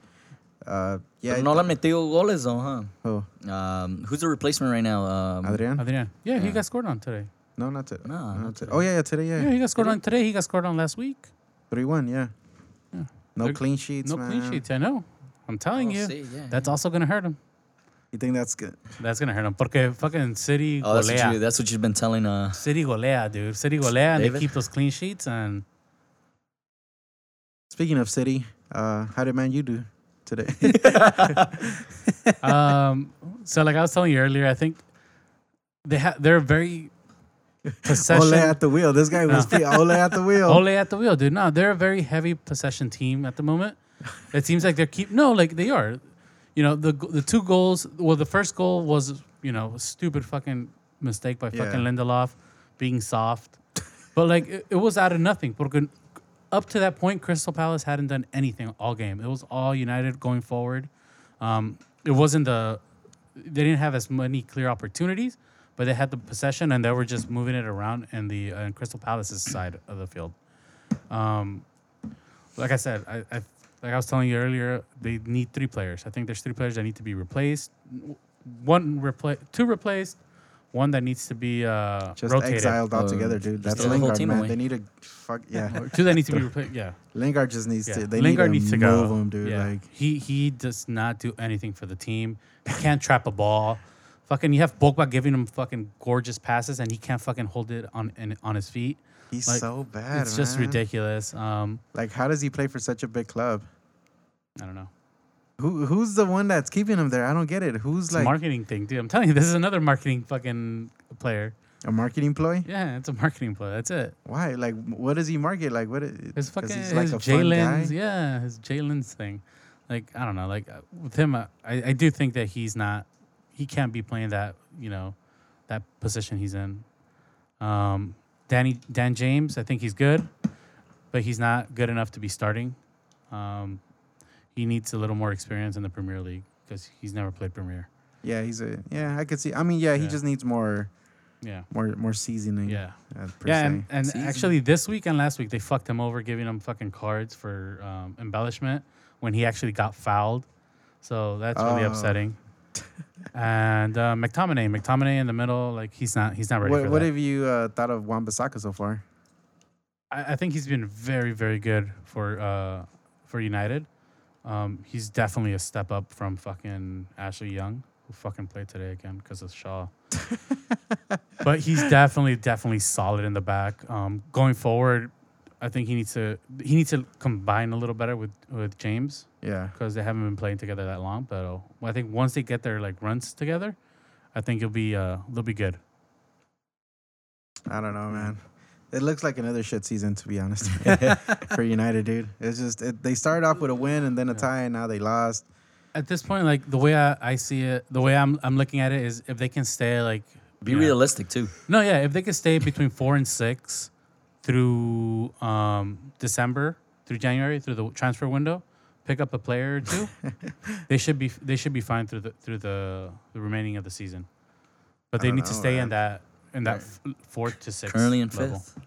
S5: Uh, yeah,
S2: Pero
S5: it-
S2: no le metió goles though, huh?
S5: oh,
S2: Um, who's the replacement right now? Um,
S5: Adrian?
S4: Adrian. Yeah, he got scored on today.
S5: No, not to.
S2: No,
S5: not
S2: not
S5: to- Oh yeah, yeah, today, yeah,
S4: Yeah, he got scored on today. He got scored on last week.
S5: three one, yeah. No
S4: They're-
S5: clean sheets,
S4: No
S5: man.
S4: clean sheets. I know. I'm telling
S2: Oh,
S4: you,
S2: see, yeah,
S4: that's also gonna hurt him.
S5: You think that's good?
S4: That's gonna hurt him. Porque fucking City
S2: Oh, that's what, you,
S4: golea.
S2: that's what you've been telling. Uh,
S4: City golea, dude. City golea, and they
S2: David?
S4: keep those clean sheets and.
S5: Speaking of City, uh, how did Man U do today?
S4: um, so like I was telling you earlier, I think they ha- they're very possession.
S5: Ole
S4: Ole at-,
S5: at the wheel. This guy was pretty Ole at the wheel.
S4: the wheel, dude. No, they're a very heavy possession team at the moment. It seems like they're keep no, like they are. You know the go- the two goals. Well, the first goal was you know a stupid fucking mistake by fucking
S5: Yeah.
S4: Lindelof being soft, but like it, it was out of nothing. Porque up to that point, Crystal Palace hadn't done anything all game. It was all United going forward. Um, it wasn't the they didn't have as many clear opportunities, but they had the possession and they were just moving it around in the uh, Crystal Palace's side of the field. Um, like I said, I, I like I was telling you earlier, they need three players. I think there's three players that need to be replaced. One replace, two replaced, one that needs to be uh,
S5: Just
S4: rotated.
S5: exiled altogether, dude.
S2: just
S5: That's
S2: throw the whole
S5: Lingard,
S2: team
S5: man.
S2: away.
S5: They need to fuck yeah.
S4: Or Two that need to be replaced. Yeah,
S5: Lingard just needs
S4: yeah.
S5: to. They
S4: Lingard
S5: need to
S4: needs to
S5: move
S4: go.
S5: him, dude.
S4: Yeah.
S5: Like
S4: he he does not do anything for the team. He can't trap a ball. Fucking, you have Pogba giving him fucking gorgeous passes, and he can't fucking hold it on in, on his feet.
S5: he's
S4: Like,
S5: so bad.
S4: it's just
S5: man.
S4: ridiculous. Um,
S5: Like, how does he play for such a big club?
S4: I don't know.
S5: Who who's the one that's keeping him there? I don't get it. Who's
S4: It's
S5: like
S4: a marketing thing, dude. I'm telling you, this is another marketing fucking player.
S5: a marketing ploy?
S4: Yeah, it's a marketing player. That's it.
S5: Why? Like, what does he market? Like, what? Is,
S4: His
S5: 'cause
S4: fucking
S5: he's like
S4: his
S5: a fun guy?
S4: Jalen's, yeah, his Jalen's thing. Like I don't know, like uh, with him, uh, I I do think that he's not, he can't be playing that you know, that position he's in. Um, Danny Dan James, I think he's good, but he's not good enough to be starting. Um, he needs a little more experience in the Premier League because he's never played Premier.
S5: Yeah, he's a. Yeah, I could see. I mean, yeah, he
S4: Yeah.
S5: just needs more,
S4: Yeah,
S5: more, more seasoning.
S4: yeah.
S5: Uh, per
S4: yeah,
S5: se.
S4: and, and
S2: Season.
S4: actually, this week and last week, they fucked him over, giving him fucking cards for um, embellishment when he actually got fouled. So that's really
S5: Oh.
S4: upsetting. and uh, McTominay, McTominay in the middle, like he's not, he's not ready
S5: what
S4: for
S5: what
S4: that.
S5: have you uh, thought of Wan Bissaka so far?
S4: I, I think he's been very, very good for uh, for United. Um, he's definitely a step up from fucking Ashley Young, who fucking played today again because of Shaw. but he's definitely, definitely solid in the back. Um, going forward, I think he needs to he needs to combine a little better with with James
S5: Yeah.
S4: because they haven't been playing together that long. But uh, I think once they get their like runs together, I think it'll be uh they'll be good.
S5: I don't know, man. It looks like another shit season, to be honest, for United, dude. It's just it, they started off with a win and then a tie, and now they lost.
S4: At this point, like the way I, I see it, the way I'm I'm looking at it is if they can stay like
S2: Be
S4: Yeah.
S2: realistic too.
S4: no yeah if they can stay between four and six through um December through January through the transfer window, pick up a player or two, they should be they should be fine through the through the, the remaining of the season. But they
S5: don't
S4: need to
S5: know,
S4: stay
S5: man.
S4: in that in that f- fourth to six
S2: Currently in
S4: level.
S2: fifth.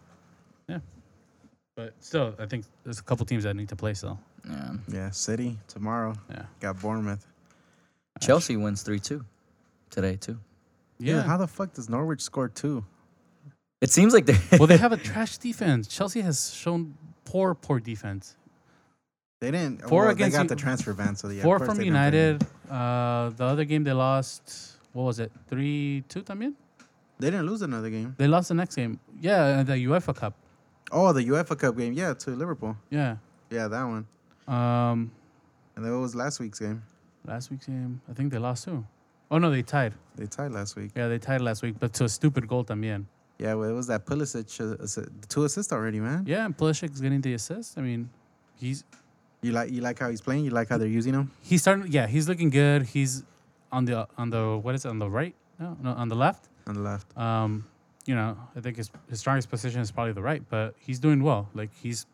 S4: But still, I think there's a couple teams that need to play still.
S2: Yeah.
S5: Yeah, City tomorrow.
S4: Yeah.
S5: Got Bournemouth.
S2: Chelsea wins three two today too.
S5: Yeah. how the fuck does Norwich score two?
S2: It seems like they
S4: well, they have a trash defense. Chelsea has shown poor, poor defense.
S5: They didn't.
S4: Four
S5: well,
S4: against
S5: They got
S4: U-
S5: the transfer ban, so yeah. of
S4: Four
S5: course
S4: from
S5: they didn't play them.
S4: United. Uh, the other game they lost. What was it? Three two. También.
S5: They didn't lose another game.
S4: They lost the next game. Yeah, uh, the UEFA Cup.
S5: Oh, the UEFA Cup game. Yeah, to Liverpool.
S4: Yeah.
S5: Yeah, that one.
S4: Um,
S5: And then what was last week's game?
S4: last week's game. I think they lost too. Oh no, they tied.
S5: They tied last week.
S4: Yeah, they tied last week, but to a stupid goal también.
S5: Yeah, well, it was that Pulisic uh, assi- two assists already, man.
S4: Yeah, and Pulisic's getting the assist. I mean, he's
S5: You like you like how he's playing. You like how they're using him.
S4: he's starting. Yeah, he's looking good. He's on the on the what is it on the right? No, no, on the left.
S5: On the left.
S4: um, you know, I think his, his strongest position is probably the right, but he's doing well. Like he's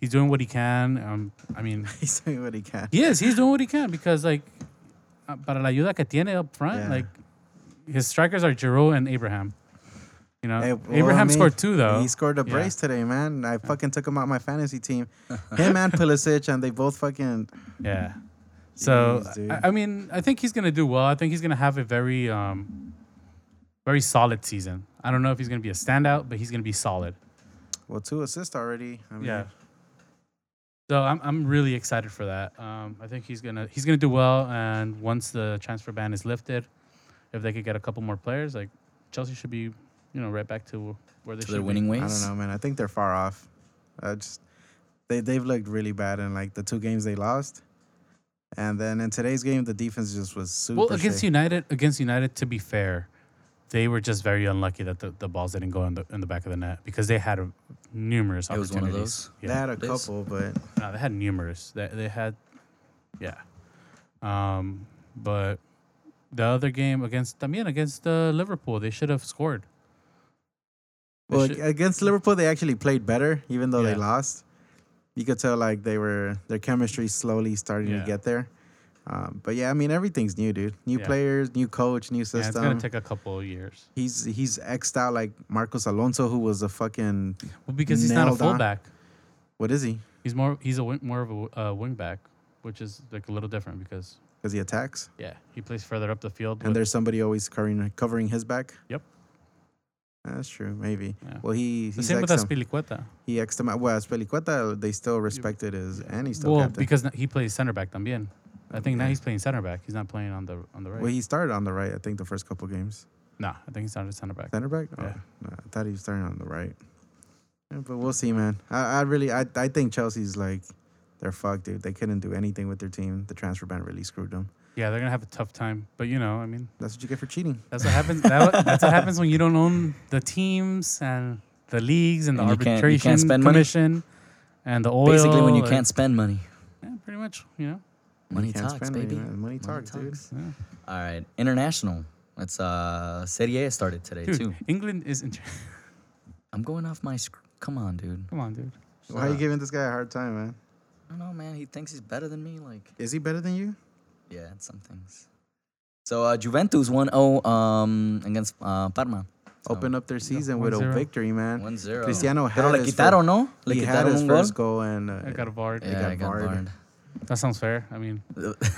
S4: he's doing what he can. Um, I mean,
S5: he's doing what he can.
S4: he is. He's doing what he can because like uh, para la ayuda que tiene up front,
S5: Yeah.
S4: like his strikers are Giroud and Abraham. You know,
S5: Hey, Eh, well,
S4: Abraham
S5: I mean,
S4: scored two though.
S5: He scored a
S4: Oh. Yeah.
S5: brace today, man. I fucking took him out my fantasy team. Him and Pulisic, and they both fucking.
S4: Yeah. So
S5: Jeez, dude.
S4: I, I mean, I think he's gonna do well. I think he's gonna have a very um, very solid season. I don't know if he's gonna be a standout, but he's gonna be solid.
S5: Well, two assists already. I mean,
S4: Yeah. Mm-hmm. So I'm I'm really excited for that. Um, I think he's gonna he's gonna do well, and once the transfer ban is lifted, if they could get a couple more players, like Chelsea should be, you know, right back to where they
S2: to
S4: should
S2: their
S4: be.
S2: winning ways.
S5: I don't know, man. I think they're far off. I just they they've looked really bad in like the two games they lost, and then in today's game the defense just was super.
S4: Well, against
S5: shaky.
S4: United, against United, to be fair, they were just very unlucky that the, the balls didn't go in the in the back of the net because they had a, numerous
S2: It was
S4: opportunities.
S2: one of those.
S5: they
S4: Yeah,
S5: had a
S2: this-
S5: couple, but
S4: no, they had numerous. They they had, yeah, um, but the other game against también against uh, Liverpool, they should have scored. They
S5: well
S4: should-
S5: against Liverpool they actually played better, even though they
S4: Yeah.
S5: lost. You could tell like they were their chemistry slowly starting
S4: Yeah.
S5: to get there. Um, but yeah, I mean everything's new, dude. New
S4: Yeah.
S5: players, new coach, new
S4: Yeah, it's
S5: system.
S4: gonna take a couple of years.
S5: he's he's xed out like Marcos Alonso, who was a fucking
S4: Well, because he's not a
S5: Nailed on.
S4: fullback.
S5: what is he?
S4: He's more he's a wing, more of a w- uh, wing back, which is like a little different because
S5: Because he attacks,
S4: yeah, he plays further up the field.
S5: and
S4: with-
S5: there's somebody always covering covering his back.
S4: yep,
S5: That's true. Maybe.
S4: Yeah.
S5: Well, he
S4: the
S5: he's
S4: same with
S5: exed him.
S4: Aspilicueta.
S5: He exed him out. Well, Aspeliqueta, they still respected his, and he's still
S4: Well,
S5: captain.
S4: because n- he plays center back también. I think now
S5: Yeah.
S4: he's playing center back. He's not playing on the on the right.
S5: well, he started on the right. I think the first couple games.
S4: nah, I think he's not a center back.
S5: Center back. Oh,
S4: Yeah.
S5: no, I thought he was starting on the right. Yeah, but we'll see, man. I, I really, I, I think Chelsea's like, they're fucked, dude. They couldn't do anything with their team. The transfer ban really screwed them.
S4: Yeah, they're gonna have a tough time. But you know, I mean,
S5: That's what you get for cheating.
S4: that's what happens. that, what- that's what happens when you don't own the teams and the leagues and the
S2: And you
S4: arbitration
S2: can't- you can't spend money?
S4: commission and the oil.
S2: Basically, when you
S4: like-
S2: can't spend money,
S4: yeah, pretty much, you know.
S2: money
S5: Can't
S2: talks,
S5: spend money,
S2: baby.
S5: man. Money talks, dude.
S4: Yeah.
S2: All right, international. It's uh, Serie A started today
S4: Dude,
S2: too.
S4: England is. Inter-
S2: I'm going off my. Sc- Come on, dude.
S4: Come on, dude.
S5: Why are
S2: Uh,
S5: you giving this guy a hard time, man?
S2: I don't know, man. He thinks he's better than me. Like,
S5: Is he better than you?
S2: yeah, in some things. So uh, Juventus 1-0 um, against uh, Parma.
S5: Open up their season with a
S4: 1-0.
S5: victory, man.
S2: 1-0.
S5: Cristiano
S2: Pero
S5: had
S2: le
S5: his
S2: quitaron,
S5: fir-
S2: ¿no? Le
S5: He had
S2: quitaron
S5: his
S2: un gol.
S5: first goal, and uh,
S4: I got a VAR.
S2: Yeah,
S5: got
S2: I got
S5: barred.
S2: barred.
S4: That sounds fair. I mean,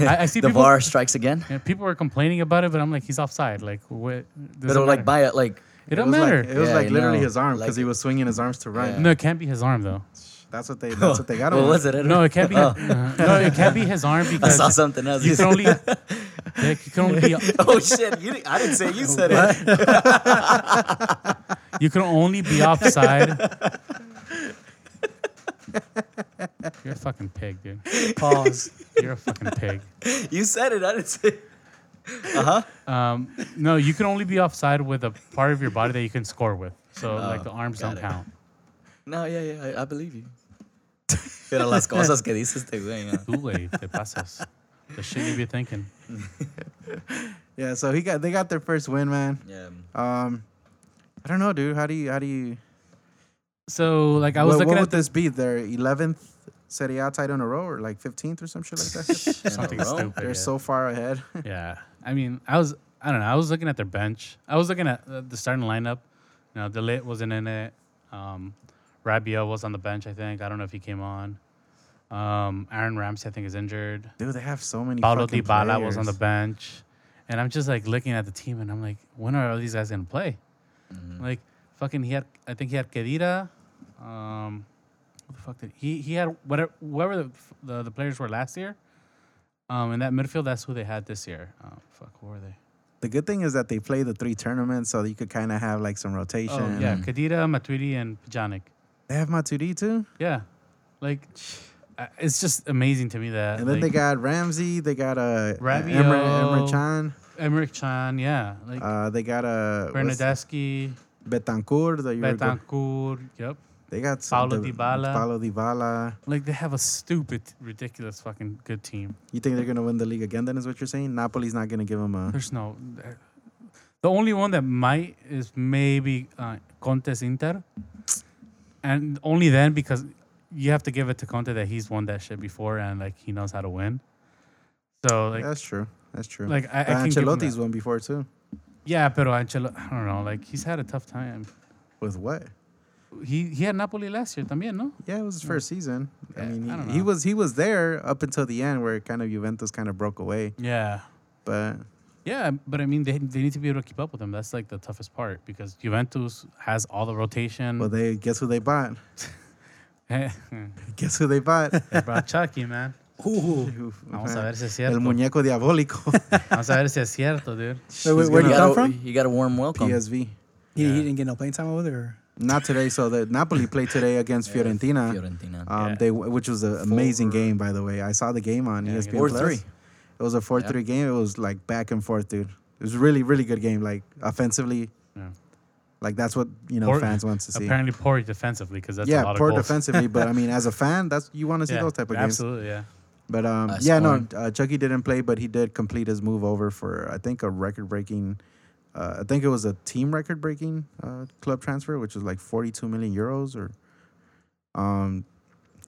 S4: I, I see
S2: the
S4: people.
S2: VAR strikes again.
S4: yeah, people were complaining about it, but I'm like, he's offside. Like, what?
S2: But like by it, like
S4: it don't
S5: was
S4: matter.
S5: Like, it was
S2: Yeah,
S5: like
S2: I
S5: literally
S2: know.
S5: his arm
S2: Like-
S5: because he was swinging his arms to right.
S2: Yeah.
S4: no, it can't be his arm though.
S5: That's what they. That's what they got.
S2: What
S5: him
S2: was it?
S5: on.
S2: I don't
S4: No,
S2: know.
S4: it can't be.
S2: Oh.
S4: No, it can't be his arm
S2: I
S4: because
S2: saw something else.
S4: You can only. Dick, you can only be.
S2: oh shit! You, didn't- I didn't say it, you said it.
S4: You can only be offside. You're a fucking pig, dude.
S3: Pause.
S4: You're a fucking pig.
S2: You said it. I didn't say. It. Uh-huh.
S4: Um, no, you can only be offside with a part of your body that you can score with. So like the arms
S2: got
S4: don't
S2: it.
S4: count.
S2: No, yeah, yeah. I, I believe you. Pero las cosas que dice este güey. ah.
S4: Tú, güey, te pasas. The shit you be thinking.
S5: Yeah. So he got. They got their first win, man.
S2: Yeah.
S5: Um, I don't know, dude. How do you? How do you?
S4: So like I was
S5: what,
S4: looking
S5: what
S4: at
S5: would this be? Their eleventh Serie A title in a row, or like fifteenth or some shit like that.
S2: In a
S4: something
S2: row.
S4: stupid.
S5: They're
S4: yeah.
S5: so far ahead.
S4: Yeah, I mean, I was, I don't know, I was looking at their bench. I was looking at uh, the starting lineup. You know, Delit wasn't in it. Um, Rabiot was on the bench, I think. I don't know if he came on. Um, Aaron Ramsey, I think, is injured.
S5: Dude, they have so many.
S4: Paulo
S5: fucking
S4: Dybala was on the
S5: players.
S4: bench, and I'm just like looking at the team, and I'm like, when are all these guys gonna play?
S5: Mm-hmm.
S4: Like, fucking, he had, I think he had Kedira. Um, what the fuck did he? He had whatever, whoever the f- the, the players were last year. Um, in that midfield, that's who they had this year. Oh fuck, who were they?
S5: The good thing is that they play the three tournaments, so you could kind of have like some rotation.
S4: Oh yeah, Kadira, Matuidi, and Pjanic.
S5: They have Matuidi too,
S4: Yeah, like I- it's just amazing to me that.
S5: and then they
S4: like,
S5: got Ramsey. They got uh, Emre
S4: Rabiot.
S5: Emre Chan.
S4: Emmerich Chan. Yeah, like
S5: Uh, they got uh, what's-
S4: Bernadeschi,
S5: Betancourt. The Urugu-
S4: Betancourt. Yep.
S5: They got some-
S4: Paulo
S5: the-
S4: Dybala.
S5: Paulo Dybala.
S4: Like they have a stupid, ridiculous, fucking good team.
S5: You think they're gonna win the league again? Then is what you're saying? Napoli's not gonna give them a.
S4: There's no. The only one that might is maybe uh, Conte's Inter, and only then because you have to give it to Conte that he's won that shit before and like he knows how to win. So like
S5: That's true. That's true.
S4: like I, I
S5: But
S4: can give him
S5: Ancelotti's
S4: that.
S5: won before too.
S4: yeah, pero Ancelotti, I don't know, like he's had a tough time.
S5: With what?
S4: He he had Napoli last year, también, no?
S5: Yeah, it was his first season.
S4: Mm.
S5: I
S4: Yeah,
S5: mean, he,
S4: I don't
S5: he
S4: know.
S5: was he was there up until the end, where kind of Juventus kind of broke away.
S4: Yeah.
S5: But
S4: Yeah, but I mean, they, they need to be able to keep up with him. That's like the toughest part because Juventus has all the rotation.
S5: well, they guess who they bought?
S4: they
S5: Guess who they bought?
S4: brought Chucky, man.
S5: Oof,
S4: Vamos a
S5: man.
S4: ver si es
S5: Eh, El
S4: cierto.
S5: muñeco diabólico.
S4: Vamos a ver si es cierto, dude.
S3: Wait, wait,
S2: You
S5: gonna- Where
S3: where you
S2: got,
S3: come
S2: a,
S3: from?
S2: you got a warm welcome.
S5: PSV.
S3: He, he didn't get no playing time over there.
S5: Not today. So the Napoli played today against Fiorentina.
S2: Fiorentina.
S5: Um,
S4: Yeah.
S5: they which was an amazing game by the way. I saw the game on E ESPN
S4: four
S5: Plus.
S2: three.
S5: It was a four three game. It was like back and forth, dude. It was really really good game. Like offensively,
S4: Yeah.
S5: like that's what you know
S4: Poor-
S5: fans wants to see.
S4: Apparently poor defensively because that's a
S5: yeah,
S4: lot
S5: poor
S4: of goals.
S5: defensively, but I mean as a fan, that's you want to see
S4: Yeah,
S5: those type of games.
S4: absolutely, yeah.
S5: But um,
S2: Uh,
S5: yeah, no,
S2: scoring.
S5: uh, Chucky didn't play, but he did complete his move over for I think a record breaking. Uh, I think it was a team record breaking uh, club transfer, which was like forty two million euros or. Um,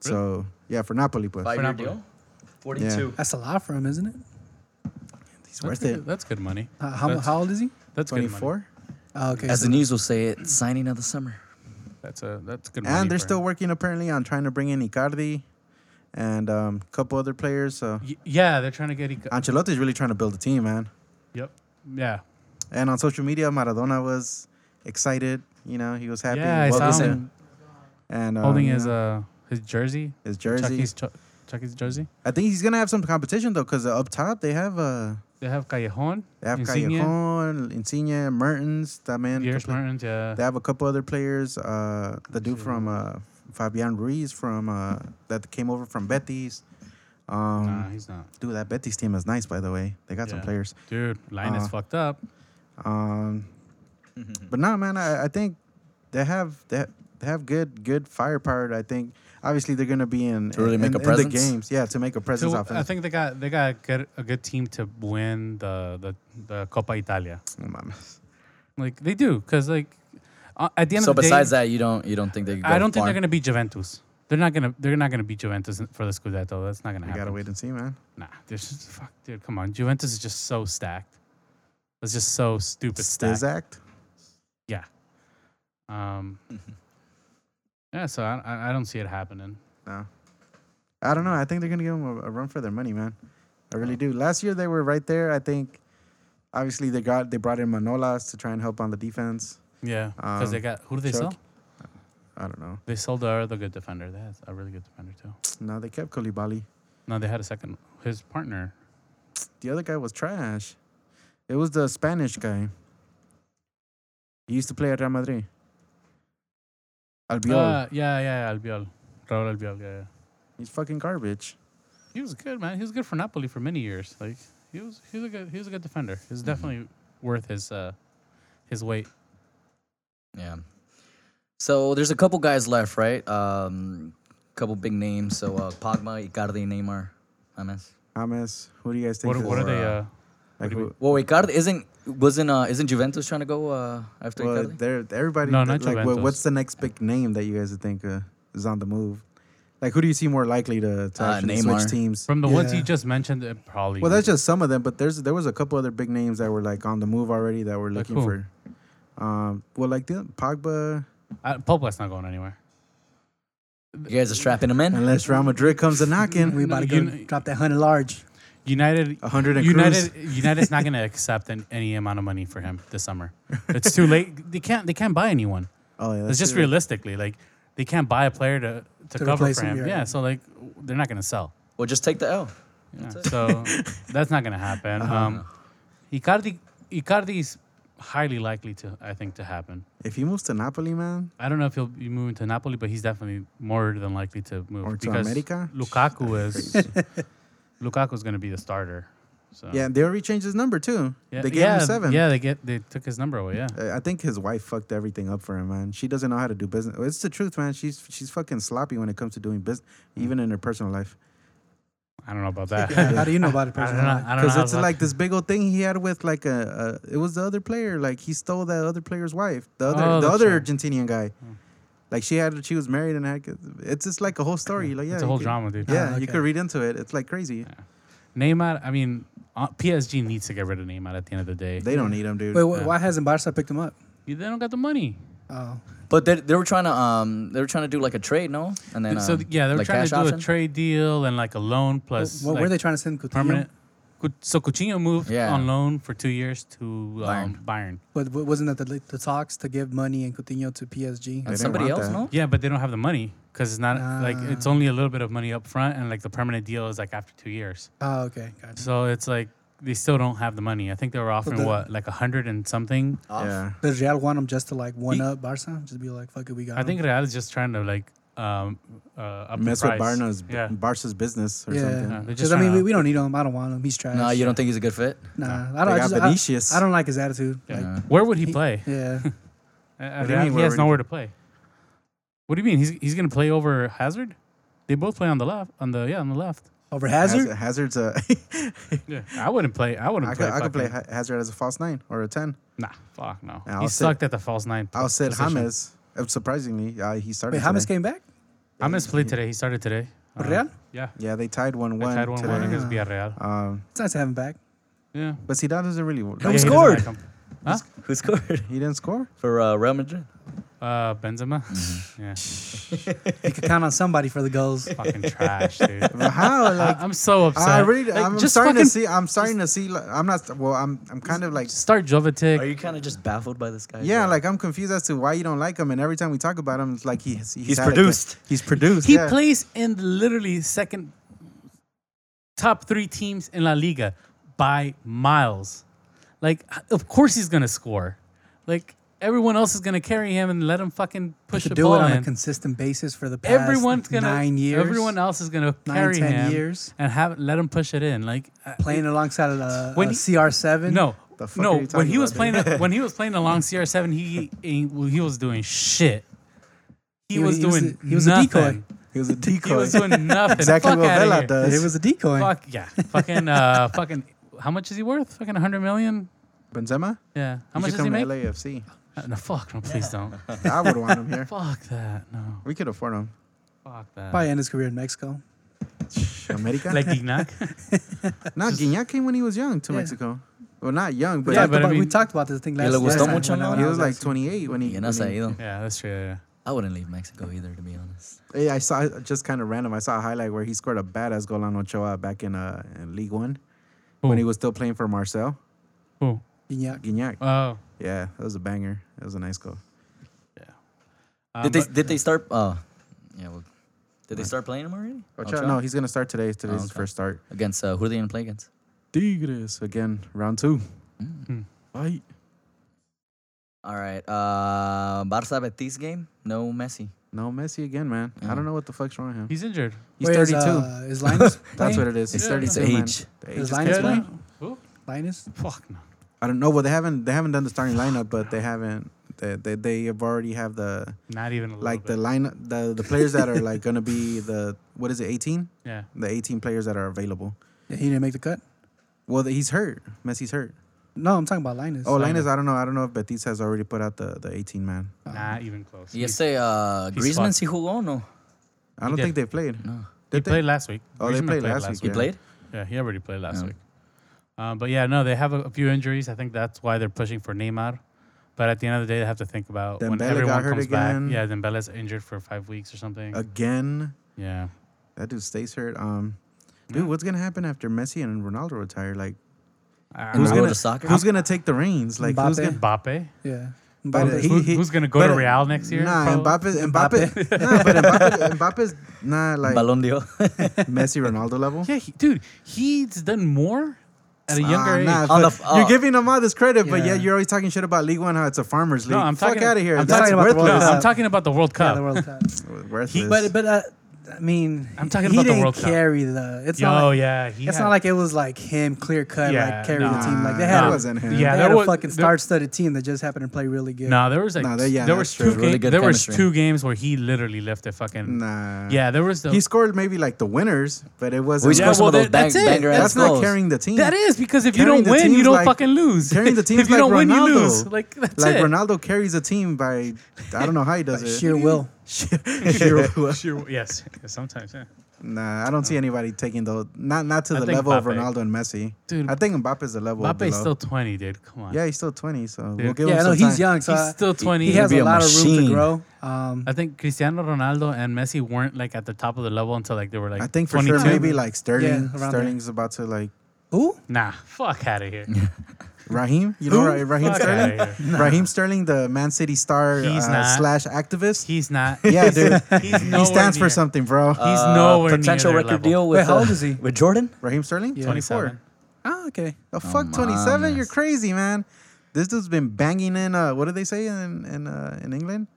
S5: so yeah, for Napoli, but
S2: Five year
S4: Napoli.
S2: deal. Forty-two.
S3: That's a lot for him, isn't it?
S5: it's
S4: That's
S5: worth
S4: good,
S5: it.
S4: That's good money.
S3: Uh, how,
S4: That's-
S3: how old is he?
S4: That's
S5: Twenty
S4: good money.
S5: four.
S3: Oh, okay.
S2: As
S3: so-
S2: the news will say it, signing of the summer.
S4: That's a that's good money.
S5: And they're
S4: for
S5: still
S4: him.
S5: working apparently on trying to bring in Icardi and a um, couple other players. So
S4: Y- yeah, they're trying to get. Ica-
S5: Ancelotti's really trying to build a team, man.
S4: yep. Yeah.
S5: uh, And on social media, Maradona was excited. You know, he was happy.
S4: Yeah, I
S5: welcome
S4: saw
S5: to-
S4: him
S5: And um,
S4: holding
S5: you
S4: his uh
S5: know,
S4: his jersey.
S5: his jersey.
S4: Chucky's Chu- Chucky's jersey.
S5: I think he's gonna have some competition though, because up top they have uh,
S4: They have Callejon.
S5: they have
S4: Insigne,
S5: Callejon, Insigne, Mertens, that man.
S4: Piers
S5: couple-
S4: Mertens. Yeah.
S5: They have a couple other players. Uh, the dude from uh, Fabian Ruiz from uh, that came over from Betis. Um,
S4: nah, he's not.
S5: Dude, that Betis team is nice, by the way. They got some
S4: Yeah.
S5: players.
S4: Dude, line is
S5: Uh,
S4: fucked up.
S5: Um,
S2: Mm-hmm.
S5: but no, man, I, I think they have they, ha- they have good good firepower. I think obviously they're gonna be in
S2: To really
S5: in-
S2: make a
S5: in
S2: presence?
S5: the games. Yeah, to make a presence.
S4: So
S5: offense.
S4: I think they got they got good, a good team to win the the, the Coppa Italia.
S5: Oh, man.
S4: Like they do, because like uh, at the end
S2: So
S4: of the
S2: besides
S4: day,
S2: that, you don't you don't think they? Could go
S4: I don't think
S2: far?
S4: they're gonna beat Juventus. They're not gonna they're not gonna beat Juventus for the Scudetto. That's not gonna
S5: we
S4: happen.
S5: gotta wait and see, man.
S4: Nah, there's just, fuck, dude. Come on, Juventus is just so stacked. It's just so stupid stacked.
S5: Stizact.
S4: Yeah. Um. yeah. So I, I I don't see it happening.
S5: No, I don't know. I think they're gonna give them a, a run for their money, man. I really do. Last year they were right there. I think obviously they got they brought in Manolas to try and help on the defense.
S4: Yeah. Because they
S5: Um,
S4: got who do they
S5: Chuck-
S4: sell?
S5: I don't know.
S4: They sold the other good defender. They had a really good defender too.
S5: No, they kept Koulibaly.
S4: No, they had a second. His partner.
S5: The other guy was trash. It was the Spanish guy. He used to play at Real Madrid. Albiol.
S4: Uh, yeah, yeah, yeah, Albiol. Raul Albiol. Yeah, yeah.
S5: He's fucking garbage.
S4: He was good, man. He was good for Napoli for many years. Like he was, he was a good, he was a good defender. He was definitely worth his, uh, his weight.
S2: Yeah. So there's a couple guys left, right? Um, couple big names. So uh, Pogba, Icardi, Neymar, James.
S5: James, who do you guys think?
S4: What,
S5: is,
S4: what are they? Uh,
S5: like, who-
S2: Well, Icardi isn't wasn't uh, isn't Juventus trying to go uh, after
S5: well,
S2: Icardi?
S5: they're, everybody.
S4: No, not
S5: th- like, what,
S4: Juventus.
S5: what's the next big name that you guys think uh, is on the move? Like, who do you see more likely to, to
S2: Uh,
S5: actually
S2: Neymar.
S5: switch teams?
S4: from the ones
S3: Yeah.
S4: you just mentioned, it probably.
S5: well, that's
S4: would-
S5: just some of them, but there's there was a couple other big names that were like on the move already that were
S4: Like
S5: looking
S4: who?
S5: for. Um, well, like the Pogba,
S4: uh, Pogba's not going anywhere.
S2: you guys are strapping him in.
S5: unless Real Madrid comes a
S3: We
S5: knocking,
S3: about to
S4: you
S3: go
S4: kn-
S3: drop that hundred large.
S4: United,
S5: a hundred and Cruz.
S4: United, United's not going to accept an, any amount of money for him this summer. It's too late. They can't. They can't buy anyone.
S5: Oh, yeah,
S4: it's
S5: that's
S4: just
S5: true.
S4: realistically like they can't buy a player to to,
S3: To
S4: cover
S3: replace
S4: for
S3: him,
S4: him.
S3: yeah.
S4: Yeah, so like they're not going to sell.
S2: Well, just take the L.
S4: Yeah, so that's not going to happen. Um, Icardi, Icardi's highly likely to, I think, to happen.
S5: If he moves to Napoli, man,
S4: I don't know if he'll be moving to Napoli, but he's definitely more than likely to move
S5: Or to
S4: because
S5: America?
S4: Lukaku is Lukaku's going to be the starter. So
S5: yeah, they already changed his number too. They gave
S4: Oh. yeah,
S5: him seven.
S4: Yeah, they get they took his number away. Yeah,
S5: Uh, I think his wife fucked everything up for him, man. She doesn't know how to do business. It's the truth, man. She's she's fucking sloppy when it comes to doing business,
S4: Hmm.
S5: even in her personal life.
S4: I don't know about that.
S3: How do you know about it
S4: I don't
S3: personally?
S4: know. I don't know
S5: Because
S4: how
S5: it's
S4: to-
S5: like this big old thing he had with like a, a. It was the other player. Like he stole that other player's wife. The other
S4: Oh,
S5: the
S4: that's
S5: other
S4: right. Hmm.
S5: Argentinian guy. Like she had she was married and had. kids. It's just like a whole story. Like yeah,
S4: it's a
S5: you
S4: whole
S5: could-
S4: drama, dude.
S5: Yeah,
S3: Ah,
S5: you
S3: okay.
S5: could read into it. It's like crazy.
S4: Neymar. I mean, uh, PSG needs to get rid of Neymar at the end of the day.
S5: They don't need him, dude.
S3: Wait, wh- why hasn't Barca picked him up?
S4: They don't got the money.
S3: Oh,
S2: But they, they were trying to um they were trying to do like a trade, no? And then
S4: so
S2: um,
S4: yeah, they were
S2: like
S4: trying to
S2: cash
S4: do
S2: option?
S4: a trade deal and like a loan plus.
S3: what
S4: like,
S3: were they trying to send Coutinho?
S4: permanent? Cu- So Coutinho moved
S2: Yeah.
S4: on loan for two years to um, Bayern.
S3: But w- wasn't that the, the talks to give money and Coutinho to PSG?
S2: And
S5: didn't
S2: somebody
S5: want
S2: else,
S5: that.
S2: no?
S4: Yeah, but they don't have the money because it's not like
S3: Ah.
S4: it's only a little bit of money up front, and like the permanent deal is like after two years.
S3: Oh, okay, gotcha.
S4: So it's like they still don't have the money. I think they were offering
S3: the-
S4: what like a hundred and something.
S5: yeah.
S3: Does Real want him just to like one
S4: He-
S3: up Barca? Just be like, fuck it, we got.
S4: I
S3: him.
S4: think Real is just trying to like um, uh, up the
S5: Mess with
S4: price.
S5: Barna's,
S4: Yeah.
S5: Barca's business or
S3: yeah,
S5: something.
S4: Yeah, they're just
S3: because I mean,
S4: tryna-
S3: we, we don't need him. I don't want him. He's trash.
S2: No, you don't think he's a good fit?
S3: Nah, I don't.
S5: They
S3: I,
S5: got
S3: just,
S5: Vinicius.
S3: I, I don't like his attitude.
S4: Yeah.
S3: Like,
S4: Where would he, play?
S3: yeah,
S4: Uh, Real- he
S5: do you mean, where
S4: has
S5: would he
S4: nowhere to play. What do you mean? He's he's gonna play over Hazard? They both play on the left. On the yeah, on the left.
S3: over
S5: Hazard?
S3: Hazard.
S5: Hazard's a.
S4: Yeah, I wouldn't play. I wouldn't
S5: I
S4: play.
S5: could, I could play
S4: fucking-
S5: Ha- Hazard as a false nine or a ten.
S4: Nah, fuck no.
S5: Nah, I'll
S4: he
S5: sit-
S4: sucked at the false nine.
S5: I'll sit
S4: position.
S5: James. Uh, Surprisingly, uh, he started.
S3: Wait, James
S5: today.
S3: came back.
S4: James played today. He started today. Uh,
S3: Real?
S4: Yeah.
S5: Yeah, they tied one
S4: I
S5: one.
S4: tied one one
S5: today.
S4: against Villarreal.
S5: Um,
S3: It's nice to have him back.
S4: yeah.
S5: but see, that doesn't really. Like,
S4: Yeah, he doesn't
S2: scored?
S4: like him. Huh?
S2: Who scored
S5: He didn't score.
S2: for uh, Real Madrid?
S4: Uh, Benzema.
S5: Mhm.
S4: Yeah.
S3: You could count on somebody for the goals.
S4: Fucking trash, dude.
S5: But how?
S4: I,
S5: Like,
S4: I'm so upset.
S5: I really,
S4: Like,
S5: I'm
S4: just
S5: starting
S4: fucking
S5: to see. I'm starting to see. Like, I'm not. Well, I'm. I'm kind of like.
S4: Start Jovetic.
S2: Are you kind of just baffled by this guy?
S5: Yeah, like I'm confused as to why you don't like him, and every time we talk about him, it's like he, he's
S2: He's
S5: had a good-
S2: produced.
S5: he's produced.
S4: He
S5: yeah.
S4: plays in literally second top three teams in La Liga by miles. Like, of course he's gonna score. Like everyone else is gonna carry him and let him fucking push
S3: to
S4: the
S3: do
S4: ball
S3: it on
S4: in.
S3: a consistent basis for the past
S4: everyone's
S3: like,
S4: gonna
S3: nine years.
S4: Everyone else is gonna
S3: Nine,
S4: carry
S3: 10
S4: him
S3: years.
S4: and have let him push it in. Like uh,
S3: playing alongside uh,
S4: When
S3: uh,
S4: he-
S3: CR7.
S4: no,
S5: The fuck are
S4: no.
S5: you
S4: When he
S5: talking
S4: was
S5: about,
S4: playing, when he was playing along CR7, he he, he was doing shit. He,
S3: He-
S4: was
S3: he was
S4: doing
S3: a- he was a decoy.
S4: nothing.
S5: He was a decoy.
S4: He was doing nothing.
S5: exactly
S4: Fuck
S5: what
S4: outta
S5: Vela
S4: here.
S5: does.
S3: Uh, it was a decoy.
S4: Fuck yeah, fucking uh, fucking. How much is he worth? Fucking 100 million.
S5: Benzema.
S4: Yeah. How much
S5: should
S4: does he
S5: come
S4: make?
S5: to LAFC.
S4: Uh, No, fuck no, please don't.
S5: I would want him here.
S4: fuck that. No,
S5: We could afford him.
S4: fuck that.
S3: Probably end his career in Mexico.
S5: America.
S4: Like Gignac.
S5: Not Guignac came when he was young to Mexico. Well, not young, but
S4: Yeah,
S5: like,
S4: but I
S3: About- we
S4: mean-
S3: talked about this thing
S2: le
S3: last,
S2: gustó
S3: last time.
S2: mucho,
S3: when I-
S2: ¿no?
S3: when
S5: he
S3: I
S5: was like
S3: asking.
S5: 28 when he.
S2: you know,
S5: when he-
S2: Saido.
S4: yeah, that's true. Yeah, yeah.
S2: I wouldn't leave Mexico either, to be honest.
S5: Hey, I saw just kind of random. I saw a highlight where he scored a badass goal on Ochoa back in uh in League One when
S4: Who?
S5: he was still playing for Marcel
S4: Who?
S3: Guignac.
S5: Guignac.
S4: Oh.
S5: yeah, that was a banger. That was a nice goal.
S4: Um,
S2: Did they
S4: but-
S2: did they start? Uh, yeah. Well, did they start playing him already?
S5: Ochoa? No, he's gonna start today. Today's his
S2: okay.
S5: first start.
S2: Against uh, who are they gonna play against?
S5: Tigres again, round two. Mm. Fight.
S2: All right. Uh, Barca Betis game. No Messi.
S5: No, Messi again, man. I don't know what the fuck's wrong with him.
S4: he's injured.
S5: He's
S3: Wait, is,
S5: 32.
S3: uh, is Linus?
S5: That's
S3: playing?
S5: what it is. He's
S4: Yeah.
S5: 32.
S2: It's
S5: man.
S2: age.
S5: The age
S3: Is
S5: is
S3: Linus?
S5: killing
S4: Yeah,
S5: him.
S3: playing?
S4: Who?
S3: Linus?
S4: Fuck no.
S5: I don't know. Well, they haven't they haven't done the starting lineup, but they haven't. They they, they have already have the
S4: Not even a little
S5: like the
S4: bit.
S5: lineup the the players that are like gonna be the what is it 18?
S4: yeah.
S5: The 18 players that are available.
S3: Yeah, he didn't make the cut.
S5: Well, the, he's hurt. Messi's hurt.
S3: No, I'm talking about Linus.
S5: Oh, Linus, I don't know. I don't know if Betis has already put out the, the 18 man.
S4: Not even close.
S2: Y este uh,
S4: he's
S2: Griezmann
S4: fucked.
S2: si jugó o no?
S5: I don't
S4: did.
S5: think they played. No.
S4: He, he
S5: Did they?
S4: played last week.
S5: Oh, they
S4: Griezmann
S5: played last week,
S2: He
S5: Yeah.
S2: played.
S4: Yeah, he already played last
S2: Yeah.
S4: week. Um, but yeah, no, they have a, a few injuries. I think that's why they're pushing for Neymar. But at the end of the day, they have to think about when
S5: Dembele got
S4: everyone
S5: hurt
S4: comes
S5: again. Uh,
S4: back. Yeah, Dembele's injured for five weeks or something.
S5: Again,
S4: yeah,
S5: that dude stays hurt. Um, dude, what's gonna happen after Messi and Ronaldo retire? Like,
S4: I-
S2: Who's
S5: who's
S4: I-
S2: gonna,
S5: gonna
S2: to soccer?
S5: who's gonna take the reins? Like, who's
S3: Mbappe.
S5: gonna?
S4: Mbappe?
S3: Yeah.
S5: But, uh,
S3: Mbappe.
S5: he-
S4: Who- who's gonna go to
S5: but, uh,
S4: Real next year?
S5: Nah,
S4: Probably.
S5: Mbappe, Mbappe, nah, but Mbappe, Mbappe's not like
S2: Balón de Oro.
S5: Messi, Ronaldo level.
S4: Yeah, he, dude, he's done more at a younger
S5: Ah,
S4: age.
S5: nah,
S2: On
S5: but
S2: the f- uh,
S5: you're giving them all this credit, but yeah,
S3: Yeah.
S5: you're always talking shit about League One, how it's a farmers league.
S4: No, I'm
S5: Fuck
S4: talking-
S5: out of here.
S4: I'm
S5: That's
S3: talking about the
S5: worthless.
S4: no,
S3: World
S4: I'm
S3: Cup.
S4: talking about the World
S3: yeah,
S4: Cup.
S3: the World Cup.
S5: worthless.
S3: He, but but uh, I mean,
S4: I'm talking
S3: he
S4: about the
S3: didn't
S4: World Cup.
S3: carry the. It's
S4: Yo,
S3: not. Like,
S4: yeah, he
S3: It's
S4: had-
S3: not like it was like him clear cut,
S4: Yeah,
S3: like carry
S4: nah,
S3: the team. Like they
S5: nah,
S3: had,
S5: it
S3: a-
S5: wasn't him.
S3: they
S4: Yeah,
S3: had
S4: there
S3: a
S4: was-
S3: fucking
S4: there-
S3: star-studded team that just happened to play really good.
S4: No, there was like
S5: Nah, they- yeah,
S4: there was
S5: that's
S4: two
S5: true.
S4: games.
S2: Really good
S4: there was
S2: chemistry.
S4: two games where he literally left the fucking.
S5: nah.
S4: Yeah, there was the.
S5: He scored maybe like the winners, but it
S2: We
S5: wasn't.
S2: scored
S4: Yeah,
S2: some
S4: well,
S2: of those
S4: that- that's
S2: bang,
S4: it.
S2: banger
S5: that's
S2: ass
S5: not
S2: goals.
S5: carrying the team.
S4: that is because if you don't
S5: Carrying the
S4: win, you
S5: team's
S4: don't
S5: like-
S4: fucking lose.
S5: carrying the team's
S4: if you
S5: like
S4: don't win, you
S5: Ronaldo.
S4: lose. Like that's
S5: Like
S4: it.
S5: Ronaldo carries a team by I don't know how he does it.
S3: sheer will.
S5: Sheer will.
S4: Sure, yes, yes, sometimes. Yeah.
S5: Nah, I don't see anybody taking those. Not not to
S4: I
S5: the
S4: think
S5: level of
S4: Mbappe.
S5: Ronaldo and Messi.
S4: Dude,
S5: I think Mbappe's the level.
S4: Mbappe's
S5: below.
S4: still 20, dude. Come on.
S5: Yeah, he's still 20, so we'll give
S3: Yeah,
S5: him
S3: no,
S5: some
S3: he's
S5: time.
S3: young, so
S4: he's
S3: I-
S4: still 20.
S3: he has
S2: be a
S3: a lot of room
S2: machine.
S3: to grow. Um,
S4: I think Cristiano Ronaldo and Messi weren't like at the top of the level until like they were like.
S5: I think for
S4: 22.
S5: sure maybe like Sterling.
S3: Yeah, around
S5: Sterling's about to like
S3: who?
S4: Nah, fuck out of here.
S5: Rahim. You know Ra- Raheem
S4: fuck out
S5: Sterling.
S4: of here.
S5: Raheem Sterling, the Man City star
S4: He's
S5: uh,
S4: not.
S5: slash activist.
S4: He's not.
S5: yeah, dude,
S4: He's
S5: he
S4: nowhere
S5: stands for
S4: near-
S5: something, bro.
S4: He's
S2: Uh,
S4: nowhere near
S2: potential
S4: their
S2: record
S4: level.
S2: deal with
S3: Wait, how
S2: uh,
S3: old is he?
S2: With Jordan?
S5: Rahim Sterling,
S3: Yeah.
S4: 27.
S3: Ah, okay.
S4: Oh,
S5: The Oh, fuck,
S2: my
S5: 27? You're
S2: goodness.
S5: crazy, man. This dude's been banging in. Uh, what do they say in in, uh, in England?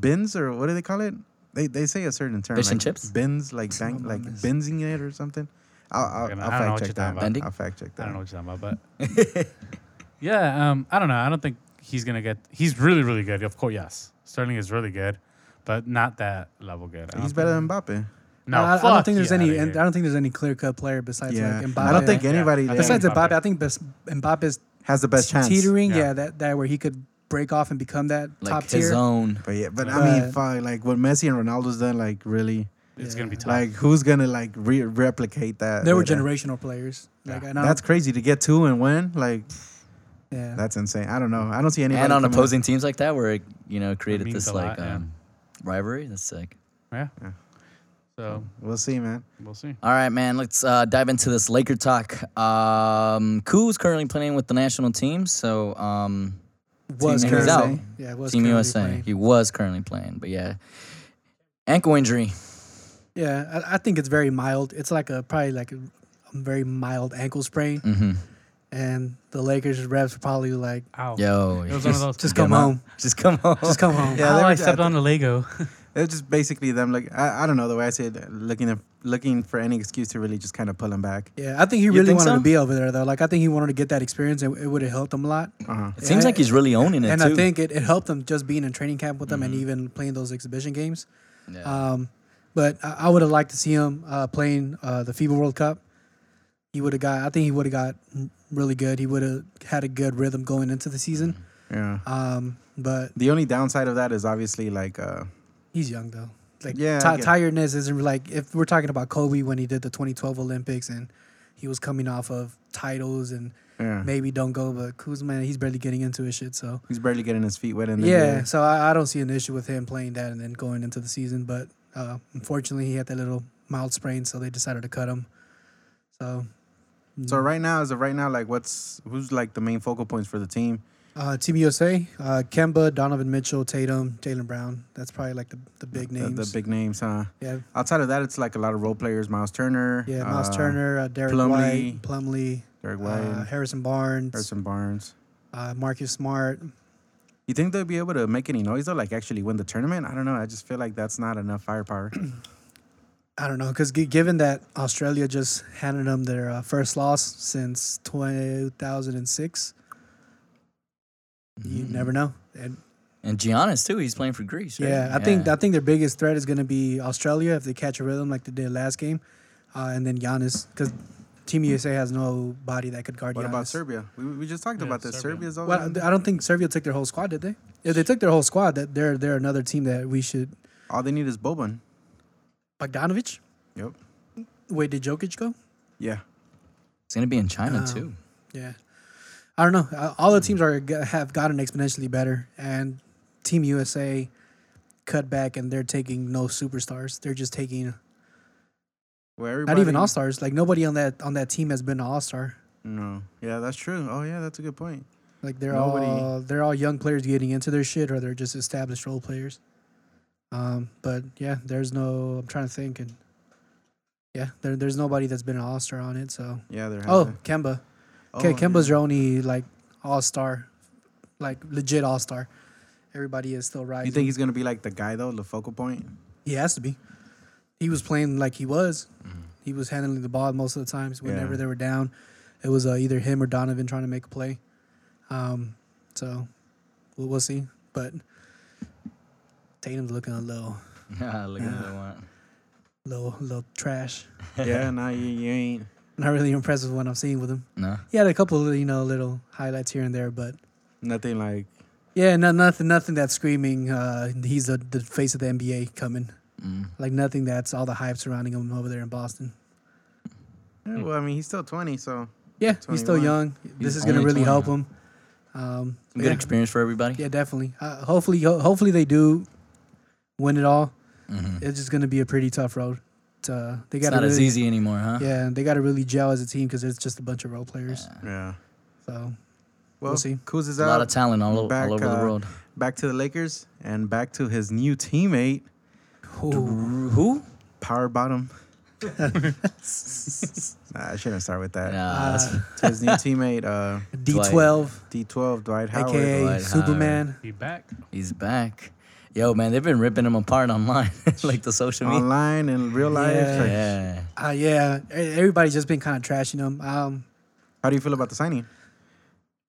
S5: Bins or what do they call it? They they say a certain term.
S2: Fish and
S5: like
S2: chips?
S5: Bins, like bang, like benzing it or something. I'll, I'll,
S4: Fucking- I
S5: I'll
S4: don't know what
S5: fact
S4: you're
S5: check that.
S4: talking
S2: about.
S5: I'll fact check that.
S4: I don't know what you're talking about, but yeah, um, I don't know. I don't think he's gonna get. He's really, really good. Of course, yes, Sterling is really good, but not that level good. I don't
S5: He's
S4: think-
S5: better than Mbappe.
S4: No,
S3: I, I
S4: fuck
S3: don't think there's
S4: you,
S3: any.
S4: outta
S3: I
S4: here.
S3: don't think there's any clear-cut player besides
S5: Yeah,
S3: like Mbappe.
S5: I don't think
S4: Yeah.
S5: anybody
S4: I think
S5: there
S3: besides
S4: Mbappe.
S3: Mbappe. I think bes- Mbappe's
S5: has the best chance.
S3: teetering.
S4: Yeah.
S3: Yeah. that that where he could break off and become that
S2: Like
S3: top
S2: his
S3: tier.
S2: own.
S5: But yeah, but I mean,
S3: But-
S5: fuck, like what Messi and Ronaldo's done, like really,
S4: It's gonna be tough.
S5: like who's gonna like re- replicate that?
S3: They were
S5: later?
S3: generational players. Like I know
S5: That's crazy to get two and win. Like
S3: yeah.
S5: that's insane. I don't know. I don't see anybody.
S2: And on
S5: coming-
S2: opposing teams like that, where it, you know created
S4: means
S2: this
S4: a lot,
S2: like
S4: yeah.
S2: um, rivalry. That's sick.
S4: yeah. So
S5: We'll see, man.
S4: we'll see.
S2: All right, man. Let's uh, dive into this Laker talk. Um, Koo's currently playing with the national team, so um,
S3: was
S2: Team
S3: currently-
S2: USA.
S3: Yeah, was
S2: Team
S3: currently
S2: USA.
S3: playing.
S2: He was currently playing, but yeah, ankle injury.
S3: Yeah, I, I think it's very mild. It's like a probably like a very mild ankle sprain,
S2: Mm-hmm.
S3: and the Lakers refs probably like
S4: Ow.
S2: Yo,
S4: It was one of those.
S3: just
S4: Ow,
S3: come
S2: man.
S3: home,
S2: just come home.
S3: just come home.
S5: Yeah, they were-
S4: I stepped on a Lego.
S5: It's just basically them. Like I, I don't know the way I say it. Looking at, looking for any excuse to really just kind of pull them back.
S3: Yeah, I think he really
S2: think
S3: wanted
S2: so?
S3: to be over there though. Like I think he wanted to get that experience, and it would have helped him a lot.
S5: Uh-huh.
S2: It seems like he's really owning it
S3: and
S2: too.
S3: I think it, it helped him just being in training camp with them and
S4: Mm-hmm.
S3: even playing those exhibition games.
S2: Yeah.
S3: Um, but I, I would have liked to see him uh, playing uh, the FIBA World Cup. He would have got. I think he would have got really good. He would have had a good rhythm going into the season.
S4: Mm-hmm.
S5: Yeah.
S3: Um, but
S5: The only downside of that is obviously like uh,
S3: He's young though. Like
S5: Yeah, I
S3: ti-
S5: get-
S3: tiredness isn't like if we're talking about Kobe when he did the 2012 Olympics and he was coming off of titles and
S5: yeah.
S3: maybe don't go, but Kuzma he's barely getting into his shit. So
S5: He's barely getting his feet wet in the
S3: yeah,
S5: NBA.
S3: so I, I don't see an issue with him playing that and then going into the season. But uh, unfortunately, he had that little mild sprain, so they decided to cut him. So
S5: So right now, as of right now, like what's who's like the main focal points for the team?
S3: Uh, Team USA, uh, Kemba, Donovan Mitchell, Tatum, Jalen Brown. That's probably like the, the big
S5: The,
S3: names.
S5: the big names, huh?
S3: Yeah.
S5: Outside of that, it's like a lot of role players. Miles Turner.
S3: Yeah, Miles
S5: uh,
S3: Turner, uh, Derek
S5: Plumlee.
S3: White, Plumlee,
S5: Derek White.
S3: uh, Harrison Barnes,
S5: Harrison Barnes.
S3: Uh, Marcus Smart.
S5: You think they'll be able to make any noise though? Like actually win the tournament? I don't know. I just feel like that's not enough firepower.
S3: I don't know, because g- given that Australia just handed them their uh, first loss since 2006,
S5: Mm-hmm.
S3: you never know. And
S2: And Giannis too. He's playing for Greece. Right?
S3: yeah, I think I think their biggest threat is going to be Australia if they catch a rhythm like they did last game, uh, and then Giannis, because Team USA has no body that could guard.
S5: what about
S3: Giannis.
S5: Serbia? We, we just talked
S4: Yeah,
S5: about this.
S4: Serbia.
S5: Serbia's all
S3: Well, I don't think Serbia took their whole squad, did they? If they took their whole squad, that they're they're another team that we should.
S5: all they need is Boban.
S3: Bogdanovic.
S5: Yep.
S3: Wait, did Jokic go?
S5: Yeah.
S2: it's gonna be in
S3: um,
S2: China too.
S3: Yeah, I don't know. Uh, All the
S5: Hmm.
S3: teams are g- have gotten exponentially better, and Team USA cut back, and they're taking no superstars. They're just taking
S5: Well,
S3: not
S5: everybody,
S3: even all stars. Like nobody on that on that team has been an all star.
S5: No. Yeah, that's true. Oh yeah, that's a good point.
S3: Like they're
S5: Nobody-
S3: all they're all young players getting into their shit, or they're just established role players. Um, but yeah, there's no. I'm trying to think, and yeah, there, there's nobody that's been an all star on it. So
S5: Yeah, they're
S3: oh, Kemba. Okay,
S5: Oh,
S3: Kemba's your only like all star, like legit all star. Everybody is still rising.
S5: You think he's gonna be like the guy though, the focal point?
S3: he has to be? He was playing like he was. He was handling the ball most of the times. Whenever
S5: Yeah.
S3: they were down, it was uh, either him or Donovan trying to make a play. Um, so we'll, we'll see. But Tatum's looking a little,
S2: Yeah, look at that one.
S3: little, little trash.
S5: yeah, nah, you, you ain't.
S3: Not really impressed with what I'm seeing with him.
S2: No,
S3: He had a couple, of, you know, little highlights here and there, but
S5: Nothing like
S3: Yeah, no, nothing, nothing that's screaming. Uh, he's the, the face of the NBA coming.
S2: Mm.
S3: Like nothing that's all the hype surrounding him over there in Boston.
S5: Yeah,
S3: Hmm.
S5: well, I mean, he's still 20, so
S3: Yeah, he's still
S5: 21.
S3: young. This
S2: He's
S3: is gonna
S2: only 20
S3: really help
S2: now.
S3: him. Um,
S2: good
S3: yeah,
S2: experience for everybody.
S3: yeah, definitely. Uh, hopefully, ho- hopefully they do win it all. It's just gonna be a pretty tough road. To, uh,
S2: Mm-hmm.
S3: they
S2: It's
S3: got
S2: not
S3: really,
S2: as easy anymore, huh?
S3: Yeah, they got to really gel as a team because it's just a bunch of role players.
S5: yeah.
S3: So
S5: Well,
S3: see.
S5: Kuz is
S2: a
S5: out.
S2: lot of talent all, o-
S5: Back,
S2: all over the
S5: uh,
S2: world.
S5: Back to the Lakers and back to his new teammate,
S2: Who?
S5: Power Bottom. nah, I shouldn't start with that.
S2: Nah,
S3: uh,
S2: that's-
S5: To his new teammate, uh,
S3: D twelve,
S5: D12, Dwight Howard.
S3: aka
S2: Dwight Howard.
S3: Superman.
S4: Be back.
S2: he's back. Yo, man, they've been ripping him apart online, like the social media.
S5: Online and real life.
S3: Yeah.
S5: like,
S2: Yeah,
S3: Uh, yeah, e- everybody's just been kind of trashing him. Um,
S5: How do you feel about the signing?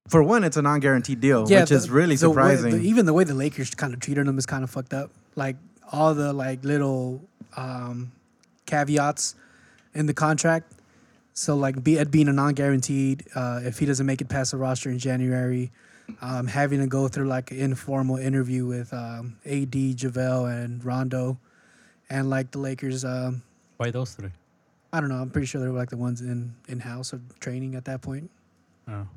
S5: For one, it's a non guaranteed deal, which
S3: the-
S5: is really
S3: the way-
S5: surprising.
S3: the- even the way the Lakers kind of treated him is kind of fucked up. Like all the like little um, caveats in the contract. So like be it being a non-guaranteed, uh, if he doesn't make it past the roster in January, um, having to go through like an informal interview with um, AD, Javale, and Rondo, and like the Lakers. Um,
S4: Why those three?
S3: I don't know. I'm pretty sure they were like the ones in in house of training at that point.
S4: Oh,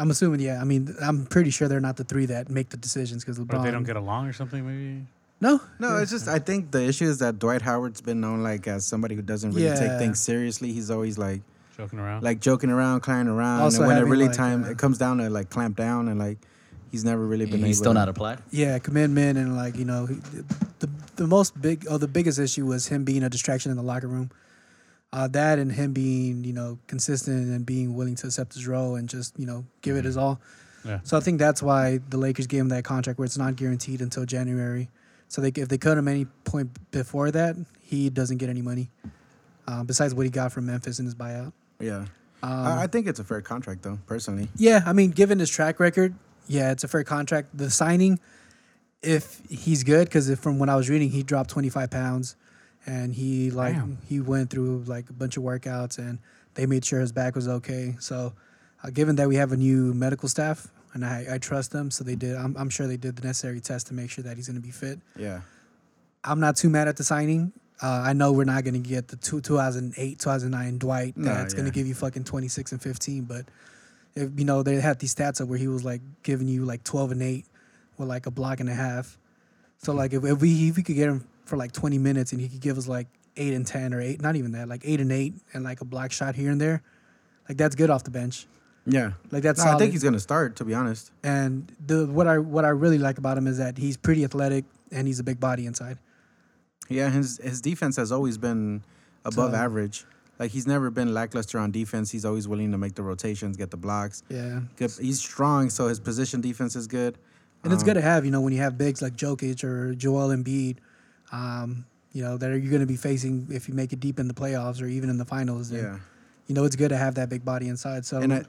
S3: I'm assuming, yeah. I mean, I'm pretty sure they're not the three that make the decisions because
S4: or
S3: LeBron.
S4: they don't get along or something. Maybe.
S3: no,
S5: No, it's just I think the issue is that Dwight Howard's been known like as somebody who doesn't really
S3: Yeah.
S5: take things seriously. He's always like
S4: Joking around.
S5: like joking around, clowning around,
S3: Also
S5: and when it
S3: having,
S5: really
S3: like,
S5: time
S3: uh,
S5: it comes down to like clamp down and like he's never really been.
S2: he's
S5: able
S2: still
S5: to-
S2: not applied.
S3: yeah, commitment and like you know, he- the the most big oh the biggest issue was him being a distraction in the locker room. Uh, that and him being you know consistent and being willing to accept his role and just you know give it his all.
S4: Yeah.
S3: So I think that's why the Lakers gave him that contract where it's not guaranteed until January. So they, if they cut him any point before that, he doesn't get any money. Uh, besides what he got from Memphis in his buyout.
S5: Yeah,
S3: Um,
S5: I, I think it's a fair contract though, personally.
S3: Yeah, I mean, given his track record, yeah, it's a fair contract. The signing, if he's good, because from when I was reading, he dropped 25 pounds, and he like
S4: Damn.
S3: he went through like a bunch of workouts, and they made sure his back was okay. So, uh, given that we have a new medical staff, and I, I trust them, so they did. I'm, I'm sure they did the necessary test to make sure that he's going to be fit.
S5: Yeah,
S3: I'm not too mad at the signing. Uh, I know we're not going to get the two, 2008, 2009 Dwight
S5: No,
S3: that's going
S5: yeah.
S3: to give you fucking 26 and 15. But, if, you know, they had these stats up where he was like giving you like 12 and 8 with like a block and a half. So, like, if, if, we, if we could get him for like 20 minutes and he could give us like 8 and 10 or 8, not even that, like 8 and 8 and like a block shot here and there, like that's good off the bench.
S5: Yeah.
S3: Like, that's
S5: No, I
S3: solid.
S5: think he's gonna start. To be honest.
S3: And the what I what I really like about him is that he's pretty athletic and he's a big body inside.
S5: Yeah, his his defense has always been above
S3: So-
S5: average. Like he's never been lackluster on defense. He's always willing to make the rotations, get the blocks.
S3: Yeah.
S5: Good. He's strong, so his position defense is good.
S3: And it's good
S5: Um,
S3: to have, you know, when you have bigs like Jokic or Joel Embiid, um, you know, that you're going to be facing if you make it deep in the playoffs or even in the finals. And,
S5: Yeah.
S3: You know, it's good to have that big body inside. So,
S5: And I, I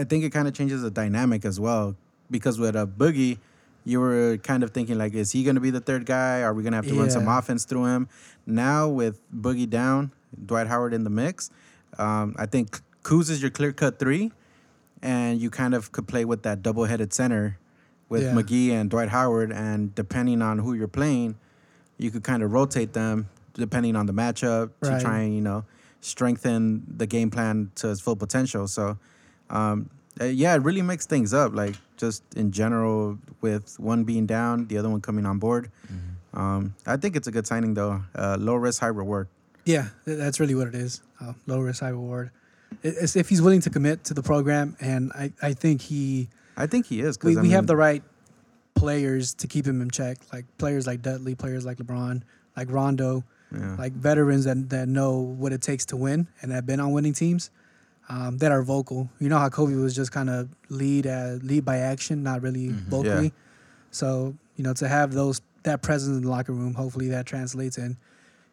S5: I think it kind of changes the dynamic as well because with a boogie, you were kind of thinking like, is he going to be the third guy? Are we going to have to run some
S3: Yeah.
S5: offense through him? Now with boogie down, Dwight Howard in the mix, um, I think Kuz is your clear cut three, and you kind of could play with that double headed center with
S3: Yeah.
S5: McGee and Dwight Howard, and depending on who you're playing, you could kind of rotate them depending on the matchup to
S3: Right.
S5: try and you know strengthen the game plan to its full potential. So, um, uh, yeah, it really mixed things up. Like just in general, with one being down, the other one coming on board. Um, I think it's a good signing though. Uh, low risk, high reward.
S3: yeah, th- that's really what it is. Uh, low risk, high reward. It- It's if he's willing to commit to the program. And I, I think he,
S5: I think he is. 'cause,
S3: we,
S5: I
S3: we have
S5: mean,
S3: the right players to keep him in check, like players like Dudley, players like LeBron, like Rondo, like veterans that, that know what it takes to win and have been on winning teams um, that are vocal. You know how Kobe was just kind of lead uh, lead by action, not really
S5: Mm-hmm.
S3: vocally. So you know to have those that presence in the locker room, hopefully that translates and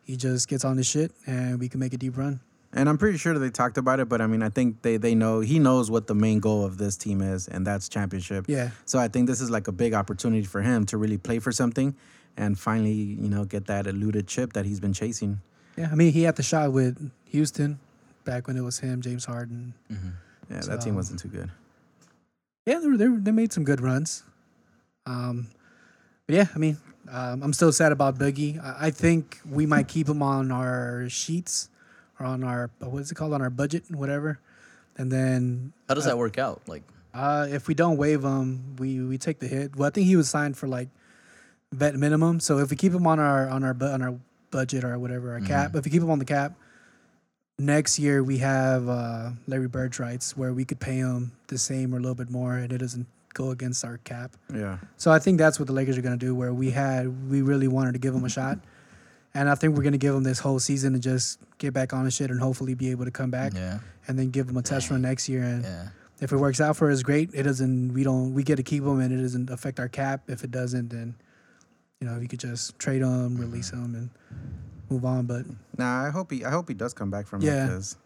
S3: he just gets on his shit and we can make a deep run.
S5: And I'm pretty sure they talked about it, but I mean, I think they they know he knows what the main goal of this team is, and that's championship.
S3: Yeah.
S5: So I think this is like a big opportunity for him to really play for something, and finally, you know, get that eluded chip that he's been chasing.
S3: Yeah, I mean he had the shot with Houston back when it was him, James Harden.
S5: Yeah, that team
S3: So-
S5: wasn't too good.
S3: yeah, they, were, they, were- they made some good runs. Um, but yeah, I mean, um, I'm still sad about Boogie. I, I think we might keep him on our sheets or on our what is it called on our budget, whatever. And then
S2: How does that work out? Like,
S3: uh, if we don't waive him, we we take the hit. Well, I think he was signed for like vet minimum. So if we keep him on our on our bu- on our budget or whatever our
S2: Mm-hmm.
S3: cap, if we keep him on the cap, next year we have uh, Larry Bird's rights where we could pay him the same or a little bit more, and it doesn't go against our cap.
S5: Yeah.
S3: So I think that's what the Lakers are going to do. Where we had we really wanted to give him a shot, and I think we're going to give him this whole season to just get back on his shit and hopefully be able to come back.
S2: Yeah.
S3: And then give him a test run next year, and
S2: yeah.
S3: if it works out for us, great. It doesn't. We don't. We get to keep them, and it doesn't affect our cap. If it doesn't, then you know you could just trade them, release them, and move on. But
S5: Nah, I hope he I hope he does come back from
S3: Yeah.
S5: it because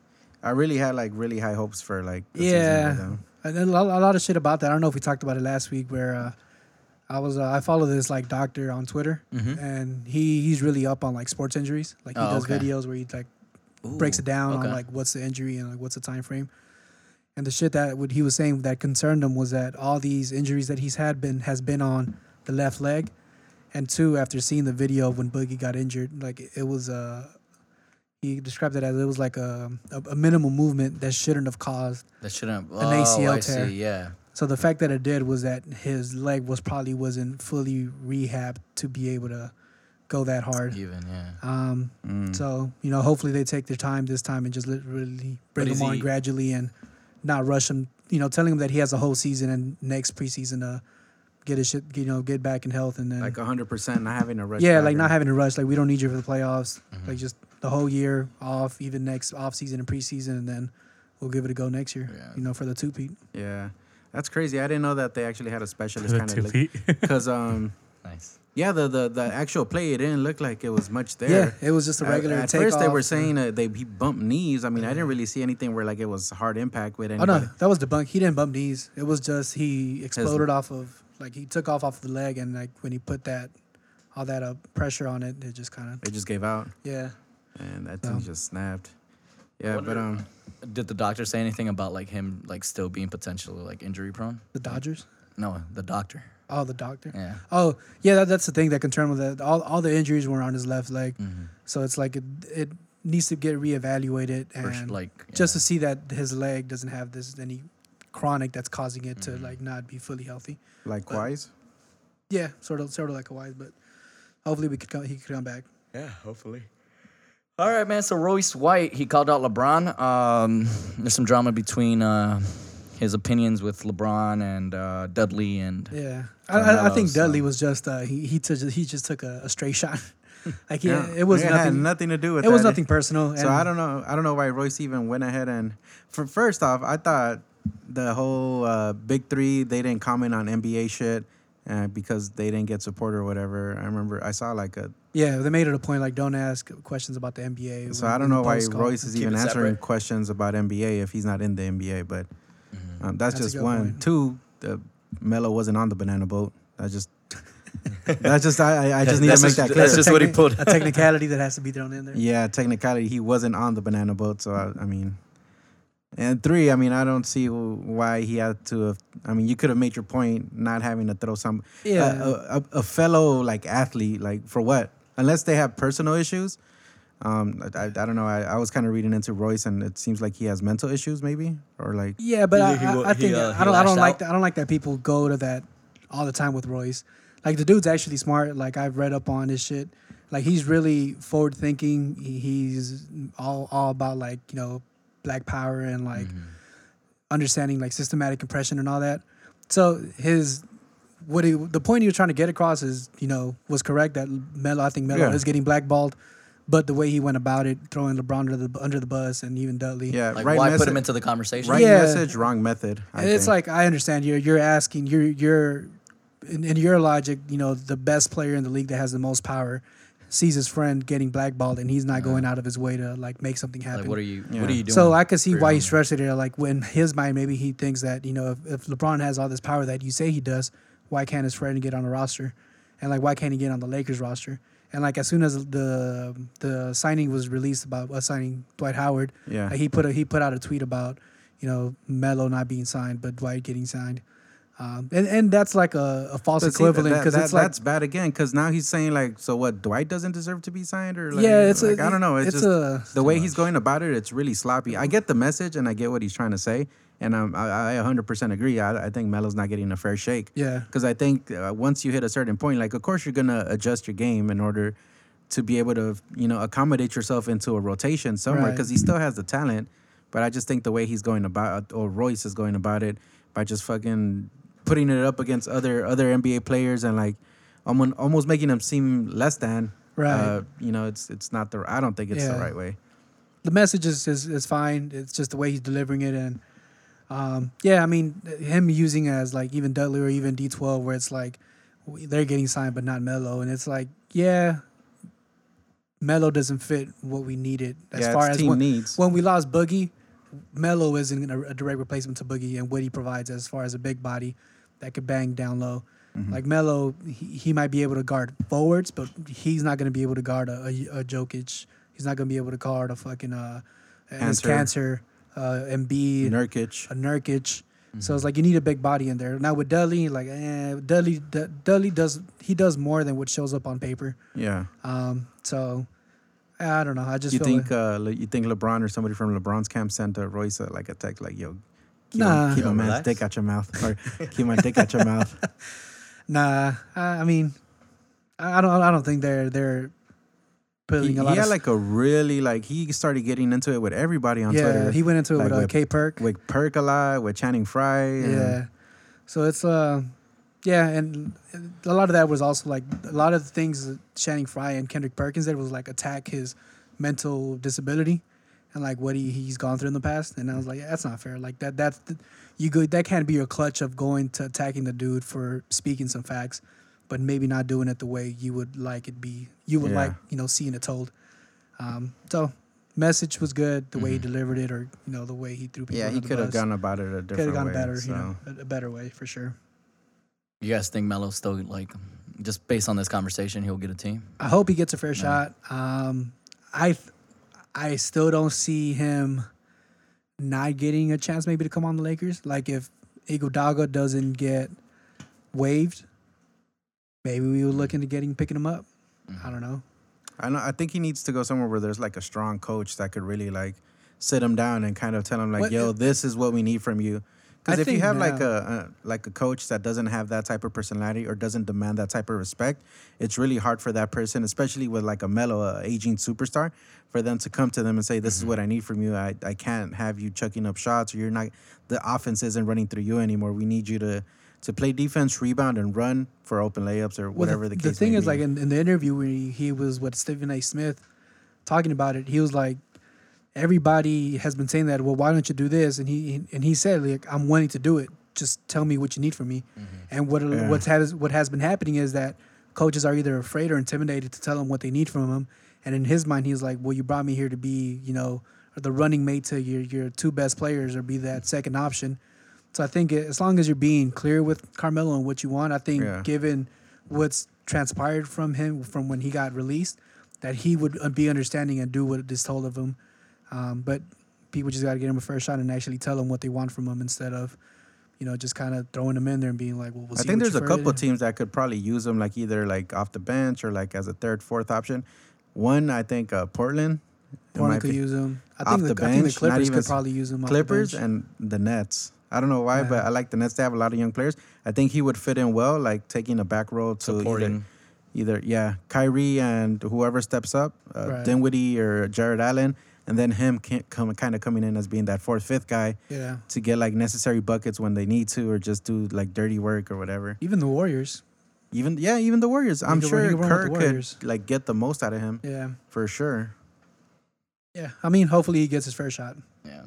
S5: I really had like really high hopes for like the season with
S3: yeah,
S5: him.
S3: and a lot, a lot of shit about that. I don't know if we talked about it last week, where uh, I was. Uh, I follow this like doctor on Twitter, and he he's really up on like sports injuries. Like he
S2: Mm-hmm. Oh,
S3: does
S2: okay.
S3: videos where he like breaks it down
S2: okay.
S3: on like what's the injury and like what's the time frame. And the shit that what he was saying that concerned him was that all these injuries that he's had been has been on the left leg, and two after seeing the video of when Boogie got injured, like it was uh, he described it as it was like a a, a minimal movement that shouldn't have caused.
S2: that shouldn't. Oh,
S3: ACL
S2: I
S3: tear.
S2: see. Yeah.
S3: So the fact that it did was that his leg was probably wasn't fully rehabbed to be able to go that hard.
S2: Even. Yeah.
S5: Uh,
S3: Um,
S5: Mm.
S3: So you know, hopefully they take their time this time and just li- really bring
S2: But
S3: him
S2: is
S3: on
S2: he-
S3: gradually and not rush him. You know, telling him that he has a whole season and next preseason to get his shit, you know, get back in health and then
S5: Like hundred percent not having a rush.
S3: yeah,
S5: back
S3: like not
S5: or- Mm-hmm.
S3: having to rush. Like we don't need you for the playoffs. Like just the whole year off, even next off season and preseason, and then we'll give it a go next year.
S2: Yeah.
S3: You know, for the two peat.
S5: Yeah. That's crazy. I didn't know that they actually had a specialist
S4: The
S5: kind
S4: two
S5: of
S4: feet.
S5: because um
S2: Nice.
S5: yeah the, the the actual play it didn't look like it was much there.
S3: Yeah, it was just a
S5: At-
S3: regular.
S5: At,
S3: take
S5: first, they were saying uh, they he bumped knees. I mean, I didn't really see anything where like it was hard impact with
S3: Oh
S5: anybody.
S3: no, that was debunked. He didn't bump knees. It was just he exploded off of like he took off off the leg and like when he put that all that uh, pressure on it, it just kind of
S5: It just gave out,
S3: yeah.
S5: and that thing
S3: No.
S5: just snapped. Yeah, but um,
S2: Did the doctor say anything about like him like still being potentially like injury prone?
S3: The Dodgers.
S2: No, the doctor.
S3: Oh, the doctor.
S2: Yeah.
S3: Oh yeah, that, that's the thing that concerned with that. All all the injuries were on his left leg,
S2: Mm-hmm.
S3: so it's like it, it needs to get reevaluated
S2: sh-
S3: and
S2: like, yeah.
S3: just to see that his leg doesn't have this any chronic that's causing it
S2: Mm-hmm.
S3: to like not be fully healthy.
S5: likewise.
S3: Yeah, sort of sort of like a wise, but hopefully we could come, he could come back.
S2: Yeah, hopefully. All right, man. So Royce White, he called out LeBron. Um, there's some drama between uh, his opinions with LeBron and uh, Dudley and
S3: Yeah, I, I, I think
S2: Carmelo,
S3: Dudley was just uh, he he, took, he just took a, a straight shot. like he,
S5: Yeah.
S3: it was
S5: It had
S3: nothing.
S5: nothing to do with
S3: It was
S5: that.
S3: nothing personal.
S5: So I don't know. I don't know why Royce even went ahead and. For first off, I thought the whole uh, big three they didn't comment on NBA shit uh, because they didn't get support or whatever. I remember I saw like a.
S3: Yeah, they made it a point like don't ask questions about the NBA.
S5: So
S3: when-
S5: I
S3: in
S5: don't
S3: the
S5: know why
S3: post call.
S5: Royce is
S2: Keep
S5: even
S2: it
S5: answering
S2: separate.
S5: questions about NBA if he's not in the NBA. But
S2: Mm-hmm.
S5: um, that's,
S3: That's
S5: just
S3: a good
S5: one.
S3: point.
S5: Two, the Melo wasn't on the banana boat. I just. that's just I. I- I just need
S2: That's
S5: to make
S2: just-
S5: that clear.
S2: that's just what he pulled.
S3: a technicality that has to be thrown in there.
S5: Yeah, technicality, he wasn't on the banana boat. So I, I mean, and three, I mean, I don't see wh- why he had to. Have, I mean, you could have made your point not having to throw some. a-
S3: Yeah.
S5: a, a, a fellow like athlete, like for what? Unless they have personal issues. Um, I, I, I don't know. I, I was kind of reading into Royce, and it seems like he has mental issues, maybe, or like.
S3: Yeah, but I,
S2: He- he
S3: I-
S2: wa-
S3: I
S2: he,
S3: think
S2: uh,
S3: I
S2: he
S3: don't. I don't
S2: lashed
S3: like
S2: out.
S3: that. I don't like that people go to that all the time with Royce. Like the dude's actually smart. Like I've read up on his shit. Like he's really forward thinking. He- He's all all about like you know black power and like
S2: Mm-hmm.
S3: understanding like systematic oppression and all that. So his what he the point he was trying to get across is you know was correct that Melo I think Melo
S5: Yeah.
S3: is getting blackballed. But the way he went about it, throwing LeBron under the under the bus, and even Dudley,
S5: Yeah,
S2: like
S5: right
S2: why
S5: message,
S2: put him into the conversation.
S5: right
S3: Yeah.
S5: message, wrong method. I
S3: it's
S5: think.
S3: like I understand you're you're asking you're you're in, in your logic you know the best player in the league that has the most power sees his friend getting blackballed and he's not going out of his way to like make something happen.
S2: Like what are you? What are you doing?
S3: so I could see
S2: for your
S3: why he
S2: own-
S3: stretched it there. Like when his mind maybe he thinks that you know if, if LeBron has all this power that you say he does, why can't his friend get on the roster, and like why can't he get on the Lakers roster? And like as soon as the the signing was released about us signing Dwight Howard,
S5: Yeah.
S3: like, he put a, he put out a tweet about you know Melo not being signed but Dwight getting signed, um, and and that's like a, a false
S5: But see, that-
S3: equivalent
S5: that-
S3: because
S5: that-
S3: it's like
S5: that's bad again. Because now he's saying like, so what? Dwight doesn't deserve to be signed, or like,
S3: Yeah, it's a-
S5: like, I don't know. It's,
S3: it's
S5: just
S3: a-
S5: the way he's going about it. It's really sloppy. I get the message and I get what he's trying to say, and um, I, I 100% agree. I, I think Melo's not getting a fair shake.
S3: Yeah.
S5: Because I think uh, once you hit a certain point, like, of course you're gonna adjust your game in order to be able to, you know, accommodate yourself into a rotation somewhere.
S3: Right.
S5: Because he still has the talent, but I just think the way he's going about, or Royce is going about it, by just fucking putting it up against other other NBA players and like almost almost making them seem less than. uh,
S3: Right.
S5: you know, it's it's not the. I don't think it's the
S3: Yeah.
S5: right way.
S3: the message is, is is fine. It's just the way he's delivering it, and um, yeah, I mean him using it as like even Dudley or even D twelve, where it's like w- they're getting signed but not Melo, and it's like yeah, Melo doesn't fit what we needed as
S5: Yeah,
S3: far
S5: it's
S3: as
S5: team
S3: when,
S5: needs.
S3: when we lost Boogie. Melo isn't a, a direct replacement to Boogie and what he provides as far as a big body that could bang down low.
S5: Mm-hmm.
S3: Like Melo, he, he might be able to guard forwards, but he's not going to be able to guard a, a, a Jokic. He's not going to be able to guard a fucking uh, his
S5: Cantor.
S3: cancer, uh, Embiid,
S5: Nurkic.
S3: a Nurkic.
S5: Mm-hmm.
S3: So it's like you need a big body in there. Now with Dudley, like eh, Dudley, D- Dudley does he does more than what shows up on paper.
S5: Yeah.
S3: Um, so I don't know. I just
S5: you
S3: feel
S5: think
S3: like,
S5: uh, Le- you think LeBron or somebody from LeBron's camp sent uh, Royce uh, like a text like yo, keep,
S3: Nah.
S5: my, keep
S2: Yo,
S5: my man's
S2: relax.
S5: dick out your mouth or keep my dick out your mouth.
S3: nah. I, I mean, I I don't I don't think they're they're
S5: He,
S3: putting
S5: he
S3: a lot
S5: had
S3: of
S5: like a really like he started getting into it with everybody on
S3: yeah.
S5: Twitter.
S3: He went into it
S5: like,
S3: with, uh, K Perk.
S5: with Perk a lot, with Channing Frye. and-
S3: Yeah. So it's uh yeah, and a lot of that was also like a lot of the things that Channing Frye and Kendrick Perkins did was like attack his mental disability and like what he, he's gone through in the past. And I was like, yeah, that's not fair. Like that that's the, you go that can't be your clutch of going to attacking the dude for speaking some facts, but maybe not doing it the way you would like it be you would
S5: Yeah.
S3: like, you know, seeing it told. Um so message was good, the way he delivered it or you know, the way he threw people.
S5: Mm-hmm. Yeah, he
S3: under the
S5: could have
S3: bus
S5: gone about it a different
S3: could have gone
S5: way.
S3: better,
S5: so.
S3: you know, a, a better way for sure.
S2: You guys think Melo's still like, just based on this conversation, he'll get a team?
S3: I hope he gets a fair shot. Um, I, th- I still don't see him not getting a chance maybe to come on the Lakers. Like if Iguodala doesn't get waived, maybe we would look into getting picking him up.
S5: Mm-hmm.
S3: I don't know.
S5: I know. I think he needs to go somewhere where there's like a strong coach that could really like sit him down and kind of tell him like,
S3: What-
S5: "Yo, this is what we need from you." Because
S3: I
S5: if you
S3: think
S5: have like
S3: now-
S5: a, a like a coach that doesn't have that type of personality or doesn't demand that type of respect, it's really hard for that person, especially with like a mellow uh, aging superstar, for them to come to them and say, "This is Mm-hmm. what I need from you. I, I can't have you chucking up shots, or you're not the offense isn't running through you anymore. We need you to to play defense, rebound, and run for open layups or
S3: Well,
S5: whatever the,
S3: The
S5: case.
S3: thing
S5: may
S3: is,
S5: be.
S3: like in, in the interview where he, he was with Stephen A. Smith talking about it, he was like, "Everybody has been saying that. Well, why don't you do this?" And he and he said, "Like I'm willing to do it. Just tell me what you need from me." And what
S5: Yeah.
S3: what's has what has been happening is that coaches are either afraid or intimidated to tell them what they need from them. And in his mind, he's like, "Well, you brought me here to be, you know, the running mate to your your two best players, or be that second option." So I think it- as long as you're being clear with Carmelo and what you want, I think
S5: Yeah.
S3: given what's transpired from him from when he got released, that he would uh, be understanding and do what is told of him. Um, but people just got to get him a fair shot and actually tell him what they want from him instead of, you know, just kind of throwing him in there and being like, "Well, we'll
S5: I
S3: see."
S5: think
S3: what
S5: there's
S3: you
S5: a
S3: further
S5: couple
S3: do."
S5: teams that could probably use him, like either like off the bench or like as a third, fourth option. One, I think uh, Portland. in my
S3: Portland could
S5: opi-
S3: use him. I
S5: off
S3: think the,
S5: the
S3: I think the
S5: bench, not
S3: Clippers
S5: even
S3: could
S5: s-
S3: probably use him. off the
S5: Clippers
S3: bench.
S5: and the Nets. I don't know why, but I like the Nets. They have a lot of young players. I think he would fit in well, like taking a back role to either-
S2: Supporting.
S5: Either, yeah, Kyrie and whoever steps up, uh,
S3: Right.
S5: Dinwiddie or Jared Allen, and then him can come kind of coming in as being that fourth, fifth guy
S3: yeah,
S5: to get like necessary buckets when they need to, or just do like dirty work or whatever.
S3: even the Warriors.
S5: Even yeah, even the Warriors. I'm
S3: could run- he
S5: sure
S3: could run with the
S5: Kerr
S3: Warriors.
S5: could like get the most out of him
S3: Yeah,
S5: for sure.
S3: yeah. I mean, hopefully he gets his fair shot.
S2: Yeah.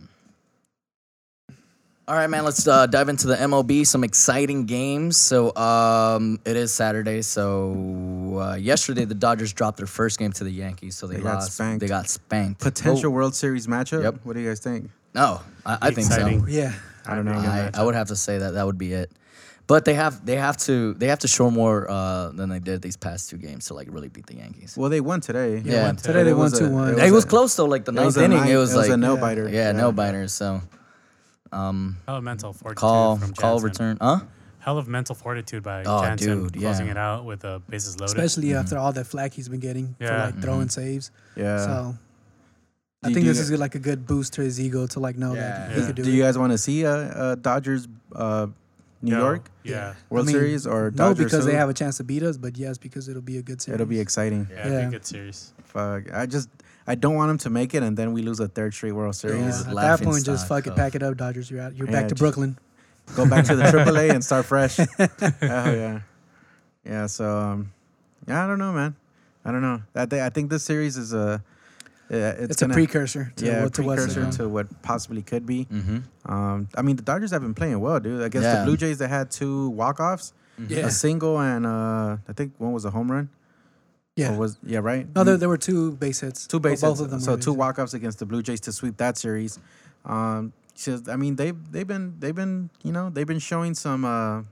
S2: All right, man. Let's uh, dive into the MLB. Some exciting games. So um, it is Saturday. So uh, yesterday, the Dodgers dropped their first game to the Yankees. So they,
S5: They got
S2: lost.
S5: spanked.
S2: They got spanked.
S5: Potential
S2: Oh,
S5: World Series matchup.
S2: Yep.
S5: What do you guys think?
S2: no, I, I think so.
S4: Exciting.
S3: Yeah,
S5: I don't know.
S2: I, I would have to say that that would be it. But they have they have to they have to show more uh, than they did these past two games to like really beat the Yankees.
S5: Well, they won today.
S2: Yeah.
S4: won
S3: today they
S5: It
S3: won
S5: was a-
S3: two one.
S5: it
S2: it was
S5: a-
S2: close though. Like the
S5: It
S2: ninth
S5: was a
S2: inning,
S5: nine-
S2: it was like
S5: a no biter.
S2: yeah, no biter. So um,
S4: Hell of mental fortitude
S2: call
S4: from
S2: call
S4: Jansen.
S2: return, huh?
S4: Hell of mental fortitude by
S2: Oh,
S4: Jansen
S2: dude,
S4: closing
S2: yeah.
S4: it out with uh, bases loaded.
S3: especially after all that flack he's been getting for
S4: Yeah.
S3: like throwing saves.
S5: Mm-hmm. Yeah.
S3: So
S5: Do
S3: I
S5: you-
S3: think
S5: do
S3: this
S5: you-
S3: is like a good boost to his ego to like know that he
S4: Yeah.
S3: could do,
S5: do you
S3: it.
S5: guys want to see uh, uh, Dodgers, uh, New
S4: No.
S5: York
S4: Yeah.
S5: World
S3: I mean,
S5: Series or
S3: no,
S5: Dodgers?
S3: because they
S5: who?
S3: have a chance to beat us, but yes, because it'll be a good series.
S5: It'll be exciting.
S4: Yeah,
S3: Yeah.
S4: it'd be a good series.
S5: Fuck. I just I don't want them to make it and then we lose a third straight World
S3: Yeah,
S5: Series.
S3: At that
S2: laughing
S3: point, just
S2: stock
S3: fuck it,
S2: of-
S3: pack it up, Dodgers. You're out. You're
S5: Yeah,
S3: back to
S5: just-
S3: Brooklyn.
S5: Go back to the AAA and start fresh. oh yeah, yeah. So um, yeah, I don't know, man. I don't know. I think I think this series is a. Yeah, it's,
S3: It's, a
S5: gonna-
S3: precursor to,
S5: yeah,
S3: what, to what's to
S5: precursor
S3: come.
S5: to what possibly could be. Um, I mean, the Dodgers have been playing well, dude. Against
S2: Yeah.
S5: the Blue Jays, they had two walk offs,
S3: Yeah.
S5: a single, and uh, I think one was a home run.
S3: Yeah.
S5: Or was yeah right?
S3: no, there, there were two base hits.
S5: two
S3: Well,
S5: bases.
S3: Both of them.
S5: so
S3: were
S5: two
S3: bases.
S5: walk offs against the Blue Jays to sweep that series. Um, so, I mean, they've they've been they've been you know they've been showing some uh,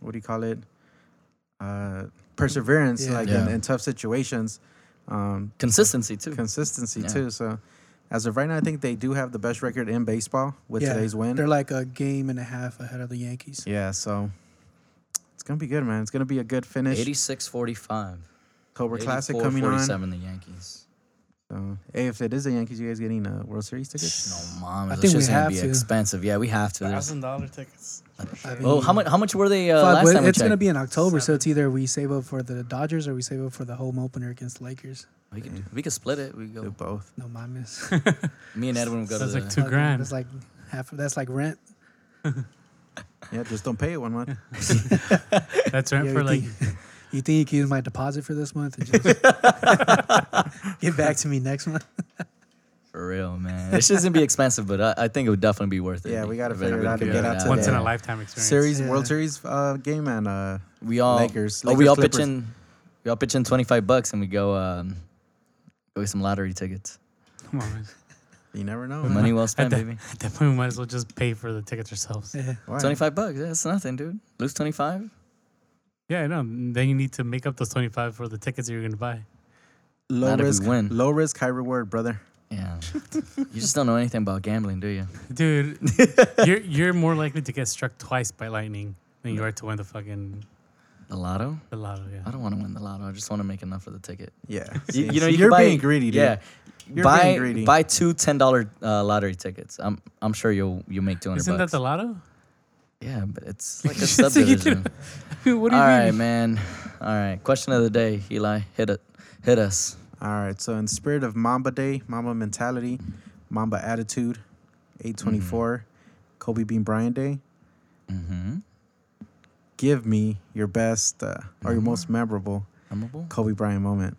S5: what do you call it? Uh, perseverance,
S3: Yeah.
S5: like
S2: Yeah.
S5: In, in tough situations. Um,
S2: Consistency too.
S5: consistency
S2: Yeah.
S5: too. So. As of right now, I think they do have the best record in baseball with
S3: Yeah,
S5: today's win.
S3: They're like a game and a half ahead of the Yankees.
S5: Yeah, so it's gonna be good, man. It's gonna be a good finish.
S2: 86 45.
S5: October Classic coming on.
S2: 47 the Yankees.
S5: So, hey, if it is the Yankees, you guys getting uh, World Series tickets?
S2: No, mom.
S3: I
S2: It's
S3: think we
S2: just going to
S3: have
S2: be
S3: to.
S2: expensive. Yeah, we have to. There's-
S4: dollar tickets.
S3: I mean,
S2: Oh, how much, how much were they uh,
S3: fuck,
S2: last
S3: but
S2: time we
S3: it's gonna
S2: checked?
S3: be in October, so it's either we save up for the Dodgers or we save up for the home opener against the Lakers.
S2: we, could, do- we could split it. We could
S5: Do
S2: go.
S5: both.
S3: No mames.
S2: Me and Edwin would go to
S4: Sounds
S2: the.
S4: like two grand.
S3: That's like half. That's like rent.
S5: Yeah, just don't pay it one month.
S4: That's right
S3: Yeah,
S4: for
S3: you
S4: like
S3: think- you think you can use my deposit for this month and just get back to me next month?
S2: for real, man. It's just going to be expensive, but I, I think it would definitely be worth it.
S5: Yeah, we gotta
S2: If
S5: figure it
S2: we
S5: out
S2: could
S5: and
S2: do
S5: get out
S2: that.
S5: to
S4: once in
S5: Yeah.
S4: a lifetime experience.
S5: Series,
S3: Yeah.
S5: World Series uh, game, and uh,
S2: We all.
S5: Lakers.
S2: oh, we
S5: Lakers,
S2: all
S5: Clippers.
S2: pitch in. We all pitch in 25 bucks and we go. Um, Go get some lottery tickets.
S4: Come on, man.
S5: you never know. man.
S2: Money well spent,
S4: that-
S2: baby.
S4: At that point, we might as well just pay for the tickets ourselves.
S3: Yeah.
S5: Why?
S2: Twenty-five bucks. Yeah, that's nothing, dude. Lose twenty-five.
S4: Yeah, I know. Then you need to make up those twenty five for the tickets that you're gonna buy.
S5: Low
S2: Not if we
S5: risk,
S2: win.
S5: low risk, high reward, brother.
S2: Yeah. you just don't know anything about gambling, do you?
S4: Dude, you're you're more likely to get struck twice by lightning than you are to win the fucking
S2: The lotto?
S4: the lotto. Yeah.
S2: I don't want to win the lotto. I just want to make enough for the ticket.
S5: Yeah,
S2: You,
S5: See,
S2: you know, you
S5: you're
S2: could buy,
S5: being greedy, dude.
S2: Yeah,
S5: You're
S2: buy
S5: being greedy.
S2: buy two ten dollar uh, lottery tickets. I'm I'm sure you'll you will make two hundred.
S4: Isn't that
S2: bucks.
S4: the lotto?
S2: Yeah, but it's like a
S4: It's like you
S2: subdivision.
S4: what do
S2: All
S4: you
S2: right,
S4: mean?
S2: man. All right. Question of the day, Eli. Hit it. Hit us.
S5: All right. So in the spirit of Mamba Day, Mamba mentality, Mamba attitude, eight twenty four, Kobe Bean Bryant Day.
S2: Mm-hmm.
S5: Give me your best uh, or your most memorable
S2: Memorable?
S5: Kobe Bryant moment.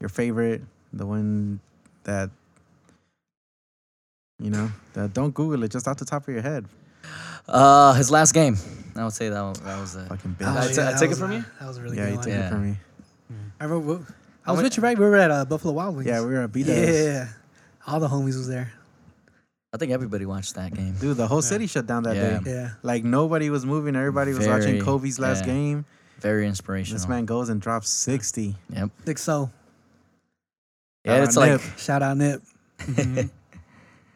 S5: Your favorite, the one that you know. That don't Google it. Just off the top of your head.
S2: Uh, his last game. I would say that wa- that was it.
S5: Fucking bitch.
S3: Oh,
S2: I t- I
S3: that
S2: take it
S3: was
S2: from
S3: a-
S2: you?
S3: That was a really
S5: yeah,
S3: good
S5: you
S3: one.
S5: took
S2: Yeah.
S5: it from me.
S3: I, remember, I was with you, right? We were at uh, Buffalo Wild Wings.
S5: Yeah, we were at B.
S3: Yeah, all the homies was there.
S2: I think everybody watched that game.
S5: Dude, the whole city shut down that
S2: Yeah.
S5: day.
S3: Yeah,
S5: Like nobody was moving. Everybody was
S2: Very,
S5: watching Kobe's last
S2: yeah.
S5: game.
S2: Very inspirational.
S5: This man goes and drops sixty.
S2: Yep.
S3: think so.
S2: Yeah, it's like
S3: Shout out Nip.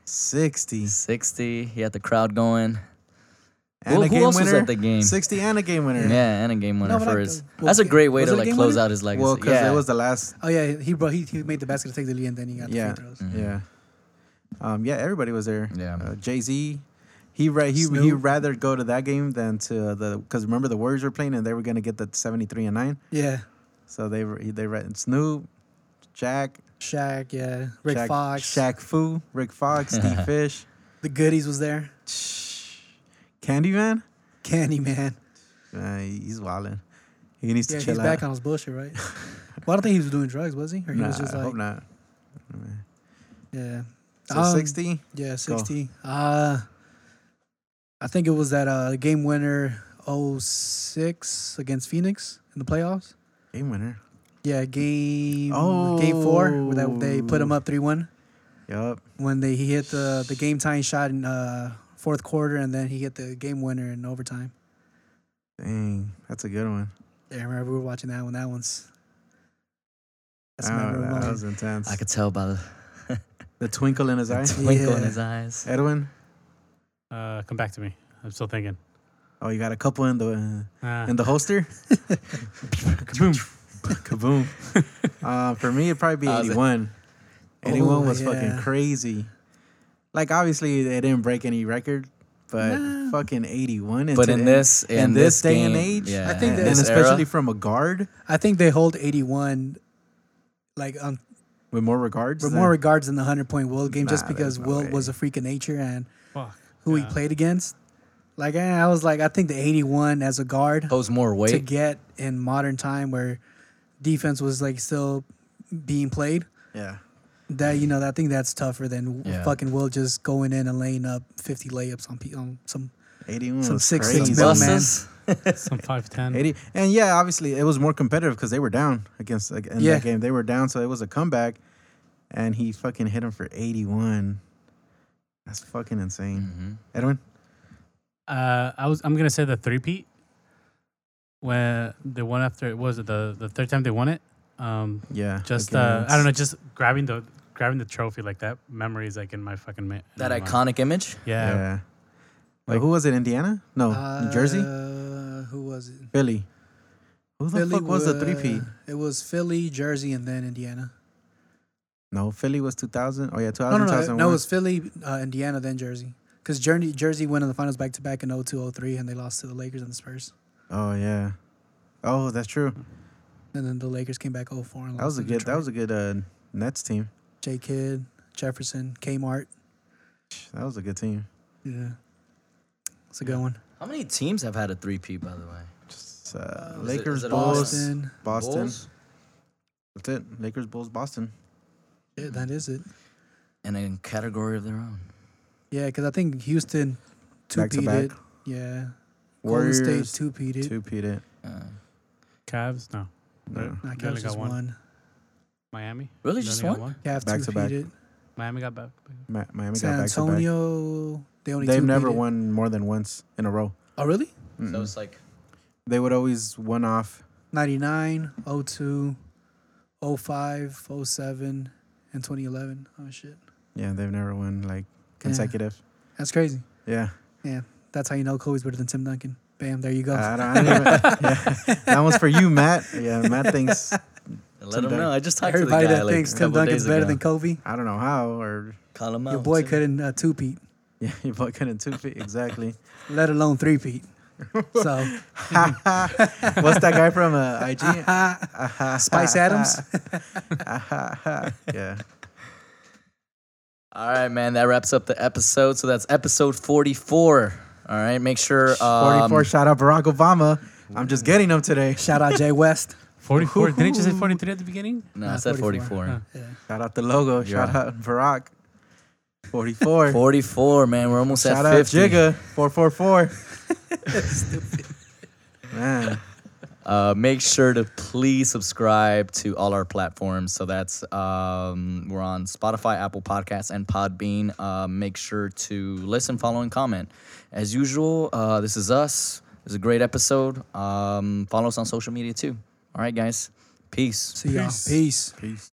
S5: sixty
S2: 60. He had the crowd going.
S5: and
S2: Who-
S5: a
S2: who
S5: game
S2: else was
S5: winner.
S2: at the game?
S5: Sixty and a game winner.
S2: Yeah, and a game winner
S3: but
S2: for
S3: I-
S2: his.
S3: well,
S2: that's a great way
S3: was
S2: to
S3: it a
S2: like
S3: game
S2: close
S3: winner?
S2: out his legacy.
S5: Well, because
S2: yeah.
S5: it was the last.
S3: Oh yeah, he bro, he, he made the basket to take the lead, and then he got
S5: Yeah, Mm.
S3: the free throws.
S5: yeah, um, yeah. Everybody was there.
S2: Mm-hmm. Yeah.
S5: Uh, Jay Z. He ra- he he
S3: Snoop.
S5: rather go to that game than to the because remember the Warriors were playing and they were gonna get the seventy three and nine.
S3: Yeah,
S5: So they were they ra- Snoop, Jack,
S3: Shaq. Yeah, Rick
S5: Shaq,
S3: Fox.
S5: Shaq Fu, Rick Fox, Steve Fish,
S3: The goodies was there.
S5: Candyman.
S3: Candy man.
S5: Uh, he's wilding. He needs to
S3: Yeah,
S5: chill
S3: he's
S5: out.
S3: back on his bullshit, right? well, I don't think he was doing drugs, was he? Or he
S5: Nah,
S3: was just
S5: I
S3: like,
S5: hope not.
S3: yeah,
S5: So
S3: Um,
S5: sixty.
S3: yeah, sixty. Uh, I think it was that uh, game winner 06 against Phoenix in the playoffs.
S5: Game winner.
S3: Yeah, game game four where that they put him
S5: Oh.
S3: up three one
S5: Yup.
S3: when they he hit the the game tying shot in uh, fourth quarter and then he hit the game winner in overtime.
S5: Dang, that's a good one.
S3: Yeah, I remember we were watching that one. That one's that's a
S5: Wow,
S3: memorable
S5: Ah, that
S3: moment.
S5: was intense.
S2: I could tell by the
S5: the twinkle in his eye.
S2: twinkle in
S3: Yeah.
S2: his eyes.
S5: Edwin.
S4: Uh, come back to me. I'm still thinking.
S5: Oh, you got a couple in the
S4: Ah,
S5: in the holster.
S4: kaboom.
S5: Kaboom. uh, for me, it'd probably be
S2: I was-
S5: eighty-one. Eighty-one
S3: Oh,
S5: was fucking
S3: yeah.
S5: crazy. Like obviously, it didn't break any record, but fucking eighty-one.
S2: But
S5: into-
S2: in this-
S5: in,
S2: in
S5: this,
S2: this
S5: day and
S2: game,
S5: age,
S2: yeah,
S5: I think,
S2: in
S5: and
S2: this
S5: especially
S2: era.
S5: from a guard
S3: I think they hold eighty one like on
S5: with more regards.
S3: with
S5: than-
S3: more regards than the hundred point Will game just
S5: Nah, there's
S3: because
S5: no
S3: Will
S5: way.
S3: was a freak of nature and
S4: Fuck.
S3: who
S4: Yeah.
S3: he played against. Like eh, I was like I think the eighty one as a guard
S2: Pose more
S3: to
S2: weight.
S3: get in modern time where defense was like still being played.
S5: yeah.
S3: That you know, I think that's tougher than
S2: Yeah.
S3: fucking Will just going in and laying up fifty layups on, pe- on some.
S5: 81
S3: Some
S5: was
S3: six, six
S5: crazy.
S3: mil, man.
S2: Buses.
S4: Some 5'10.
S5: 80 and yeah obviously it was more competitive because they were down against like, in
S3: Yeah.
S5: that game they were down so it was a comeback and he fucking hit him for 81 that's fucking insane edwin
S4: Uh, I was. I'm gonna say the three peat. When the one after what was it the the third time they won it? Um,
S5: yeah
S4: just uh, I don't know,
S5: against-
S4: just grabbing the grabbing the trophy like that memory is like in my fucking ma-
S2: That
S4: in my mind.
S2: iconic image.
S4: Yeah.
S5: yeah, Wait, who was it indiana no Oh, new jersey
S3: Uh, who was it?
S5: philly who the fuck was the
S3: wa-
S5: three p
S3: It was Philly, Jersey, and then Indiana.
S5: no philly was 2000 oh yeah 2000
S3: No, no, no.
S5: 2001.
S3: No, it was Philly, uh, Indiana, then Jersey. Because Jersey, Jersey went in the finals back to back in 02 03, and they lost to the Lakers and the Spurs.
S5: oh yeah oh that's true
S3: And then the Lakers came back 04 and lost.
S5: that was a
S3: to
S5: good that
S3: Detroit.
S5: was a good uh nets team
S3: J. Kidd, Jefferson, Kmart.
S5: that was a good team
S3: Yeah. It's a good one.
S2: How many teams have had a three P by the way?
S5: It's, uh,
S2: is it-
S5: lakers
S2: is it
S5: bulls
S3: Boston.
S5: boston
S2: Bulls?
S5: That's it. Lakers, Bulls, Boston.
S3: Yeah, that is it.
S2: And a category of their own.
S3: Yeah, because I think Houston two
S5: Back to back.
S3: peated. Yeah. Golden
S5: Warriors,
S3: State two peated.
S5: two peat it.
S4: Cavs, no.
S5: No.
S4: They
S3: Not
S4: only
S3: Cavs just one.
S4: Miami.
S2: Really,
S4: They
S2: just
S4: only got
S2: one?
S3: Cavs
S5: Back
S3: two
S5: to back.
S3: peated.
S4: Miami got back.
S5: Mi- Miami
S3: San
S5: got back to
S3: Antonio. They only
S5: back. They've
S3: two
S5: never
S3: peated.
S5: won more than once in a row.
S3: Oh really?
S2: So it's like
S5: They would always one off.
S3: 99, 02, 05, 07, and 2011. Oh, shit.
S5: Yeah, they've never won like consecutive.
S3: That's crazy.
S5: Yeah.
S3: Yeah. That's how you know Kobe's better than Tim Duncan. Bam, there you go.
S5: I don't, I don't even, yeah. That one's for you, Matt. Yeah, Matt thinks
S2: let them
S5: Duncan.
S2: know. I just talked
S3: Everybody
S2: to the guy
S3: that
S2: like,
S3: thinks
S2: a
S3: Tim
S2: couple
S3: Duncan's
S2: days Oh,
S3: better
S2: ago.
S3: than Kobe,
S5: I don't know how or
S2: Call him out.
S3: your boy
S2: too.
S3: couldn't uh, two peat.
S5: Yeah, you Buchanan two feet exactly.
S3: let alone three feet. So
S5: What's that guy from uh, IG?
S3: Spice Adams.
S5: yeah,
S2: All right, man. That wraps up the episode. So that's episode 44. All right. Make sure. Um,
S5: forty-four. shout out Barack Obama. I'm just getting him today.
S3: Shout out Jay West.
S4: 44. Didn't you say 43 at the beginning?
S2: No, I said 44.
S3: 44.
S5: Shout out the logo. Shout
S2: Yeah.
S5: out Barack. Forty-four.
S2: 44, man. We're almost
S5: shout
S2: at
S5: out
S2: 50.
S5: Jigga. Four four four. Man,
S2: Uh, make sure to please subscribe to all our platforms. So that's um, we're on Spotify, Apple Podcasts, and Podbean. Uh, make sure to listen, follow, and comment. As usual, uh, this is us. This is a great episode. Um, follow us on social media too. All right, guys. Peace.
S3: See y'all. Peace.
S5: peace.